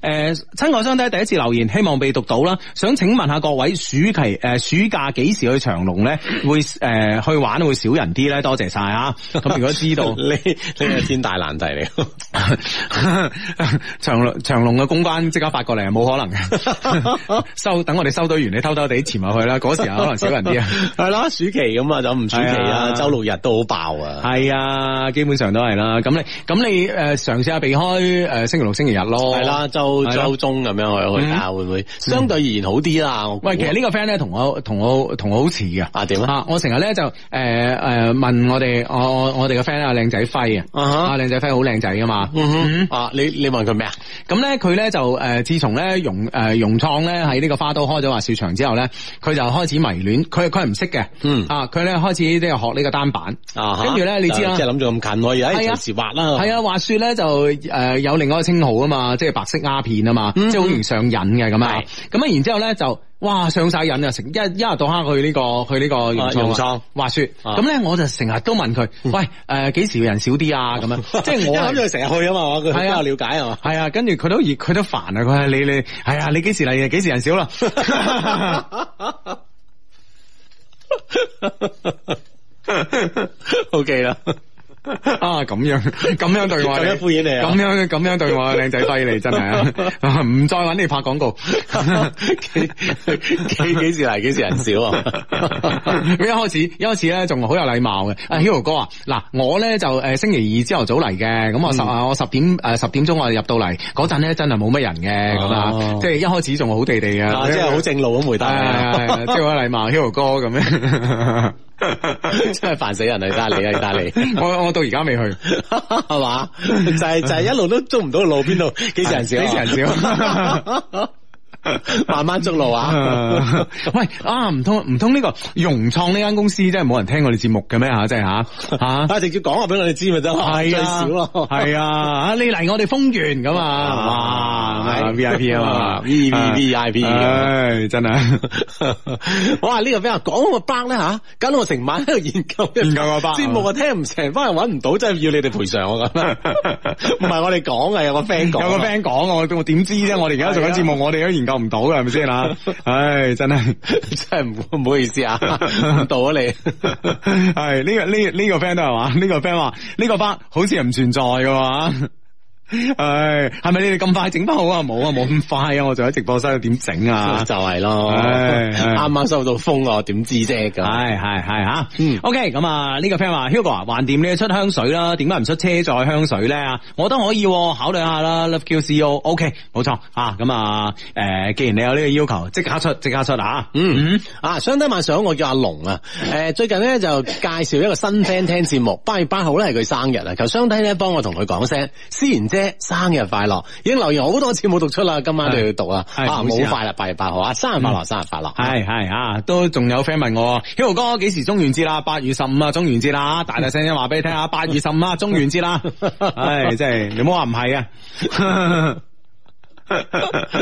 D: 誒親愛相低第一次留言，希望被讀到啦。想請問下各位，暑期呃誒暑假幾時去長隆咧？會誒去玩會少人啲咧？多謝晒啊！咁如果知道 <laughs>
F: 你你係天大難題嚟，
D: 長隆長隆嘅公關即刻發過嚟，冇可能嘅。收等我哋收隊完，你偷偷地潛入去啦。嗰時候可 <laughs> 能少人
F: <laughs>
D: 啲啊。
F: 系啦，暑期咁啊，就唔暑期
D: 係
F: 啊，
D: 啊
F: 周六日都好爆啊。
D: 係啊，基本上都係啦。咁你咁你诶尝试下避開诶、呃星期六、星期日咯。
F: 系啦，周
D: 係啦嗯
F: 周中咁樣去去教會唔會相對而言好啲啦？我估
D: 喂，其實呢個 friend 咧同我同我同我好似嘅
F: 啊點啊？
D: 啊，我成日咧就誒誒、呃呃、問我哋我我我哋嘅 friend 啊，靚仔輝啊，
F: 啊哈
D: 啊靚仔輝好靚仔噶嘛，
F: 嗯哼啊，你你問佢咩啊？
D: 咁咧佢咧就誒、呃自從咧融誒融創咧喺呢個花都開咗滑雪場之後咧，佢就開始迷戀，佢佢係唔識嘅，
F: 嗯
D: 啊佢咧開始即係學呢個單板，
F: 啊哈，
D: 跟住咧你知啦
F: 即係諗住咁近可以，哎
D: 係啊
F: 隨時滑啦。
D: 係啊，滑雪咧就誒、呃有另外一個稱號啊嘛，即係白色鴉片啊
F: 嗯
D: 嘛，即係好容易上癮嘅咁啊
F: 係，
D: 咁啊然之後咧就哇上晒癮啊，成一一日到黑去呢、個去呢個
F: 啊
D: 融
F: 融
D: 創
F: 創
D: 啊滑雪，
F: 啊
D: 咁咧我就成日都問佢，喂呃誒幾時人少啲啊咁樣，即係我
F: <laughs> 因為諗住
D: 係
F: 佢成日去啊嘛，佢比
D: 係
F: 較
D: 啊
F: 了解
D: <laughs>
F: 啊嘛。
D: 係啊，跟住佢都熱，佢都煩啊！佢話你你係啊，你幾時嚟啊？幾時人少啦？ <laughs>
F: O K 啦，
D: 啊，咁樣咁樣對我，
F: 咁樣敷衍你
D: <laughs>
F: 啊
D: 咁樣咁樣對我，靚仔輝你真係
F: <laughs>
D: 啊，唔再揾你拍廣告。
F: 幾幾幾時嚟？幾時人少啊？
D: 咁 <laughs> 一開始一開始咧仲好有禮貌嘅，阿 Hero 哥啊，嗱我咧就誒星期二朝頭早嚟嘅，咁
F: 嗯
D: 我十啊我十點誒十點鐘我入到嚟嗰陣咧真係冇乜人嘅咁
F: 哦
D: 啊，即係一開始仲好地地
F: 啊，
D: 嘅，
F: 即係好正路咁回
D: 係
F: 答
D: 啊 <laughs> 係
F: 你
D: 啊，
F: 啊，
D: 即係好有禮貌，Hero 哥咁樣。
F: <laughs> <laughs> 真係煩死人啊！你睇下你啊，你睇下你。
D: 我我到而家未去，
F: <laughs> 系嘛？就係
D: <laughs>
F: 就係一路都捉唔到個路邊度，幾時人少？
D: 幾時人少？
F: <laughs> 慢慢捉路
D: <laughs>
F: 啊！
D: 啊喂啊，唔通唔通呢個融創呢間公司真係冇人聽我哋節目嘅咩吓？真係吓 <laughs> 吓。
F: 啊，直接講話俾我哋知咪得咯，最
D: 系
F: 少
D: 啊，
F: 咯。
D: 系啊，啊你嚟我哋豐原咁啊，
F: 啊
D: 哇，V I P <laughs> 啊嘛
F: V V V I
D: 啊
F: P
D: 唉，真係
F: <laughs> 哇！呢個比較講個班咧吓，搞到我成晚喺度研究
D: 研究個班
F: 節目，我聽唔成，翻嚟揾唔到，真係要你哋賠償我
D: <laughs>
F: 咁樣。唔係我哋講嘅，有個 friend
D: 有
F: 講。
D: 個 friend 講啊我，我點知啫？我哋而家做緊節目，我哋都研究唔到嘅，係咪先 <laughs> 啊？唉，真係。
F: 真係唔唔好
D: <laughs>
F: 意思啊，誤導啊你。
D: 系呢、個呢呢、個 friend 都係嘛？呢、個 friend 話呢個班好似係唔存在嘅嘛。唉，係咪你哋咁快整翻好啊？冇啊，冇咁快啊！我仲喺直播室點整
F: <laughs>
D: 啊？
F: 就係咯，
D: 唉唉
F: 啱啱收到風啊，我點知啫咁。
D: 係係係吓
F: 嗯
D: ，OK 咁啊呢個 friend 話 Hugo 啊，橫掂你出香水啦，點解唔出車載香水咧？我都可以喎考慮下啦，Love Q C O OK 冇錯啊咁啊誒，既然你有呢個要求，即刻出即刻出啊！
F: 嗯，啊，相低晚上我叫阿龍啊，誒、最近咧就介紹一個新 friend 聽節目，八月八號咧係佢生日啊，求相低咧幫我同佢講聲，思妍姐生日快樂，已經留言好多次冇讀出啦，今晚就要讀啦，
D: 係係
F: 啊，
D: 唔好意思
F: 冇
D: 啊
F: 快啦，八月八號啊，生日快樂，生日
D: <laughs>
F: 快樂，
D: 系系啊，都仲有 friend 問我，Hugo 哥幾時中元節啦？八月十五啊，中元節啦，大大聲聲話俾你聽啊，八月十五啊，中元節啦，唉，真係你唔好話唔係啊，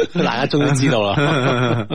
D: <laughs>
F: 大家終於知道
D: <laughs>
F: 啦。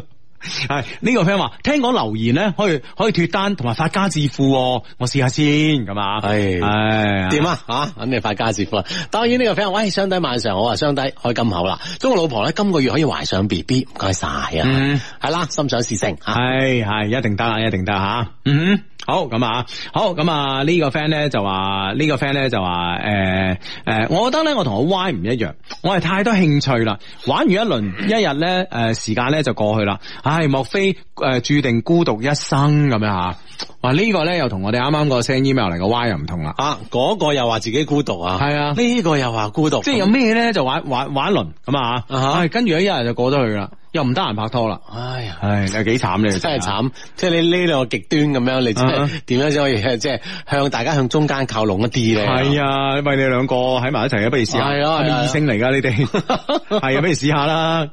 D: 係呢、個 friend 話，聽講留言咧可以可以脱單同埋發家致富、喎，我試下先咁啊，
F: 係
D: 唉
F: 點啊吓，肯定發家致富啦！當然呢個 friend，喂，相低晚上好啊，相低開金口啦！中國老婆咧今個月可以懷上 B B，唔該晒啊！
D: 嗯
F: 係啦，心想事成啊吓，
D: 系系，一定得啊，一定得吓。嗯，好咁啊，好咁啊，呢個 friend 咧就話，呢個 friend 咧就話，诶、诶、呃我覺得咧我同我 Y 唔一樣，我係太多興趣啦，玩完一輪一日呃咧，诶、時間咧就過去啦，唉，莫非诶、誒注定孤獨一生咁樣吓？哇，呢、個咧又同我哋啱啱個 send email 嚟個 Y 又唔同啦。
F: 啊，嗰、個又話自己孤獨啊，
D: 係啊
F: 呢個又話孤獨，
D: 即係有咩咧就玩玩玩一輪咁啊，
F: 啊哈
D: 唉跟住一日就過咗去啦，又唔得閒拍拖啦，
F: 哎呀。
D: 唉，又幾慘你哋
F: 真係慘，即係你呢兩個極端咁樣，你真
D: 啊
F: 係點樣先可以即係向大家向中間靠攏一啲咧？
D: 系啊，喂，你兩個喺埋一齊啊，不如試下。
F: 係啊
D: 係
F: 係啊
D: 咪異性嚟噶你哋，
F: <laughs>
D: 係啊，不如試下啦。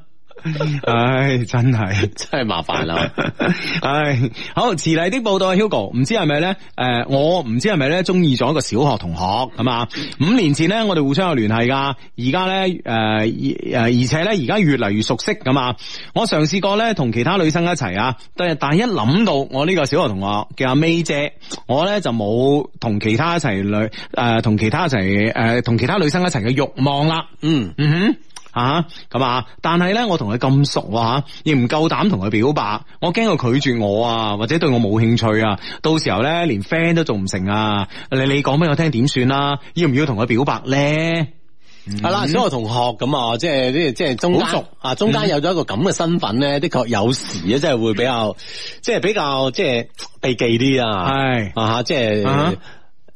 D: 唉，真係，
F: 真係麻煩啊啦。
D: <laughs> 唉，好遲嚟的報道啊，Hugo，唔知係咪咧？诶，我唔知係咪咧，中意咗一個小學同學咁啊。五年前咧，我哋互相有聯繫噶，而家咧诶诶，而且咧而家越嚟越熟悉咁啊。我嘗試過咧同其他女生一齊啊，但係但係一諗到我呢個小學同學嘅阿 May 姐，我咧就冇同其他一齊女诶，同、其他一齊诶，同、其他女生一齊嘅欲望啦。
F: 嗯，
D: 嗯哼。啊，咁啊！但係咧，我同佢咁熟啊，亦唔夠膽同佢表白，我驚佢拒絕我啊，或者對我冇興趣啊，到時候咧連啊 friend 都做唔成啊！你你講俾我聽點算啦？要唔要同佢表白咧？
F: 系啦，小學同學咁啊，即係啲即係中間
D: 好熟嗯
F: 啊，中間有咗一個咁嘅身份咧，的確有時咧，真係會比較，即係比較即係避忌啲啊，
D: 係
F: 啊吓，即
D: 啊
F: 係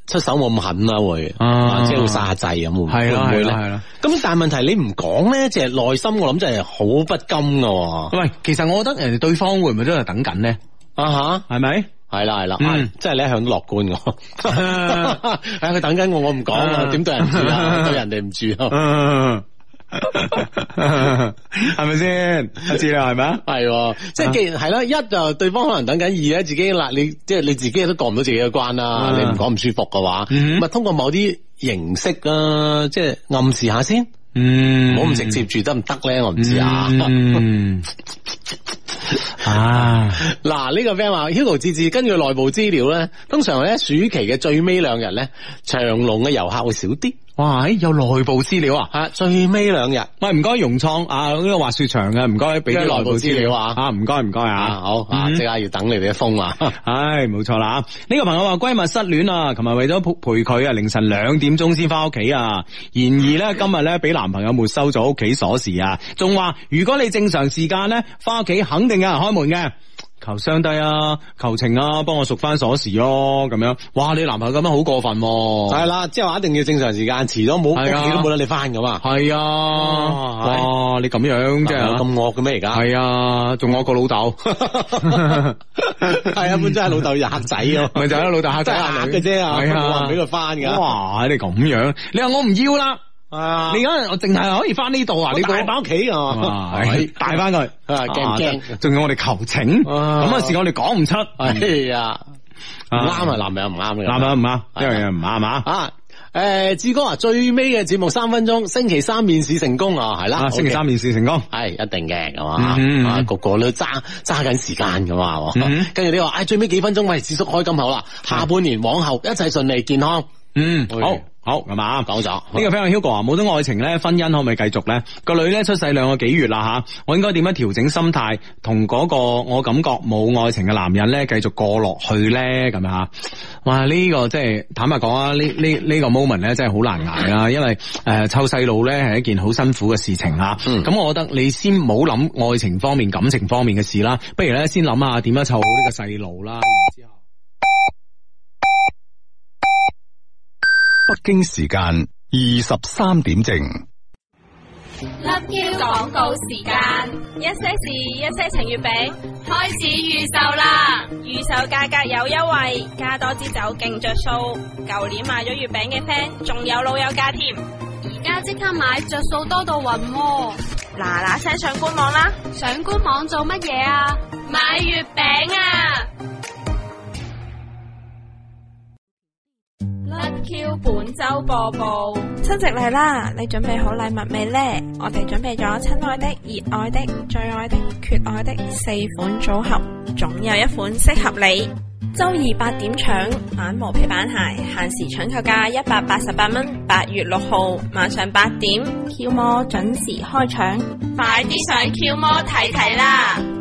F: 出手冇咁狠啦，會
D: 啊
F: 啊即係會殺制咁，會唔
D: 係
F: 會
D: 啦係
F: 唔會
D: 啊
F: 咧
D: 啦係啦？
F: 咁但係問題你唔講咧，即係內心我諗真係好不甘噶喎，
D: 喂，其實我覺得人哋對方會唔會都係等緊咧？
F: 啊
D: 係
F: <laughs>
D: 咪？
F: 吓，係啦係啦
D: 嗯
F: 啊，即係你一向都樂觀我，
D: <laughs>
F: 係佢等緊我，我唔講啊
D: 啊，
F: 點對人住
D: <laughs>
F: 啊，對人哋唔住啊。
D: 嗯，係咪先？阿志啦，係咪啊？
F: 系，即系既然系啦，一就對方可能等緊，二咧自己嗱，你即係你自己都過唔到自己嘅關啦，
D: 嗯
F: 你唔講唔舒服嘅話，
D: 嗯
F: 咁啊通過某啲形式啊，即係暗示下先，唔
D: 嗯
F: 好咁直接住得唔得咧？我唔知啊。
D: <laughs> 嗯，啊，
F: 嗱，呢個 friend 話 Hugo 志志根據內部資料咧，通常咧暑期嘅最尾兩日咧，長龍嘅遊客會少啲，
D: 哇，咦有內部資料啊！嗯
F: 啊，最尾兩日。
D: 喂，唔該融創啊，呢個滑雪場嘅，唔該俾啲
F: 咩內
D: 內
F: 部
D: 部
F: 資
D: 資
F: 料
D: 料
F: 啊
D: 啊！啊，唔該唔該
F: 啊
D: 啊！
F: 好啊，
D: 嗯
F: 即刻要等你哋嘅啊風啦，
D: 唉，冇錯啦。呢、個朋友話閨蜜失戀啊，琴日為咗陪陪佢啊，凌晨兩點鐘先翻屋企啊。然而呢，今日呢，俾男朋友沒收咗屋企鎖匙啊，仲話如果你正常時間呢，翻屋企肯定有人開門嘅。求相低啊，求情啊，幫我贖翻鎖匙咯、咁樣。哇，你男朋友咁樣好過分喎、
F: 係啦，即係話一定要正常時間，遲咗冇屋
D: 係哦啊
F: 企都冇得你翻咁啊，
D: 係啊，
F: 哦
D: 哇，你咁啊樣
F: 即
D: 真
F: 係
D: 係
F: 咁惡嘅咩而家？
D: 係啊，仲惡過老
F: <laughs>
D: 豆。
F: 系啊，本真係老豆又黑仔啊，
D: <laughs> 咪就係咯老豆嚇
F: 真
D: 仔
F: 係嚇嘅啫啊，
D: 係啊
F: 冇人俾佢翻噶。
D: 哇！你咁樣，你話我唔要啦，
F: 啊
D: 你而家我淨係可以翻呢度啊？
F: 你
D: 你
F: 大翻屋企啊 <laughs>
D: 哇，係帶翻佢，
F: 驚唔驚
D: 啊仲要我哋求情，
F: 啊
D: 咁嘅事我哋講唔出，
F: 哎呀，唔啱啊，男朋友唔啱嘅，
D: 啱唔啱？唔啱，
F: 係
D: 一樣嘢唔啱啊！
F: 啊。诶，志哥啊，最尾嘅節目三分鐘，星期三面試成功啊，係啦
D: 啊，，星期三面試成功，
F: 系一定嘅，係
D: 嗯
F: 嘛，
D: 嗯
F: 啊個個都揸揸緊時間㗎嘛，係嘛
D: 嗯
F: 跟住你話，唉，最尾幾分鐘，喂，智叔開金口啦，下半年往後一切順利健康，
D: 嗯，
F: 哎
D: 好好咁啊。
F: 講咗
D: 呢個 friend Hugo 啊，冇咗愛情咧，婚姻可唔可以繼續咧？個女咧出世兩個幾月啦吓，我應該點樣調整心態，同嗰個我感覺冇愛情嘅男人咧，繼續過落去咧咁吓？哇！呢、個即係坦白講啊，呢呢呢個 moment 咧真係好難捱啦，因為誒湊細路咧係一件好辛苦嘅事情啊。
F: 嗯
D: 咁、我覺得你先冇諗愛情方面、感情方面嘅事啦，不如咧先諗下點樣湊好呢個細路啦。
C: 北京時間二十三點正。
H: Love Q 广告时间，一些事，一些情月饼开始预售啦！
B: 預售價格有優惠，加多支酒勁着數。舊年買咗月餅嘅 friend，仲有老友價添，
H: 而家即刻买，着数多到晕、
B: 嗱嗱聲上官網啦！
H: 上官网做乜嘢啊？买月饼啊！Love Q 本周播报。
B: 親戚嚟啦，你準備好禮物未呢？我哋準備咗親愛的、熱愛的、最愛的、缺愛的四款組合，總有一款適合你。周二八點搶反毛皮板鞋，限時搶購價一百八十八蚊，八月六號晚上八點，Q 魔準時開搶，
H: 快啲上 Q 魔睇睇啦！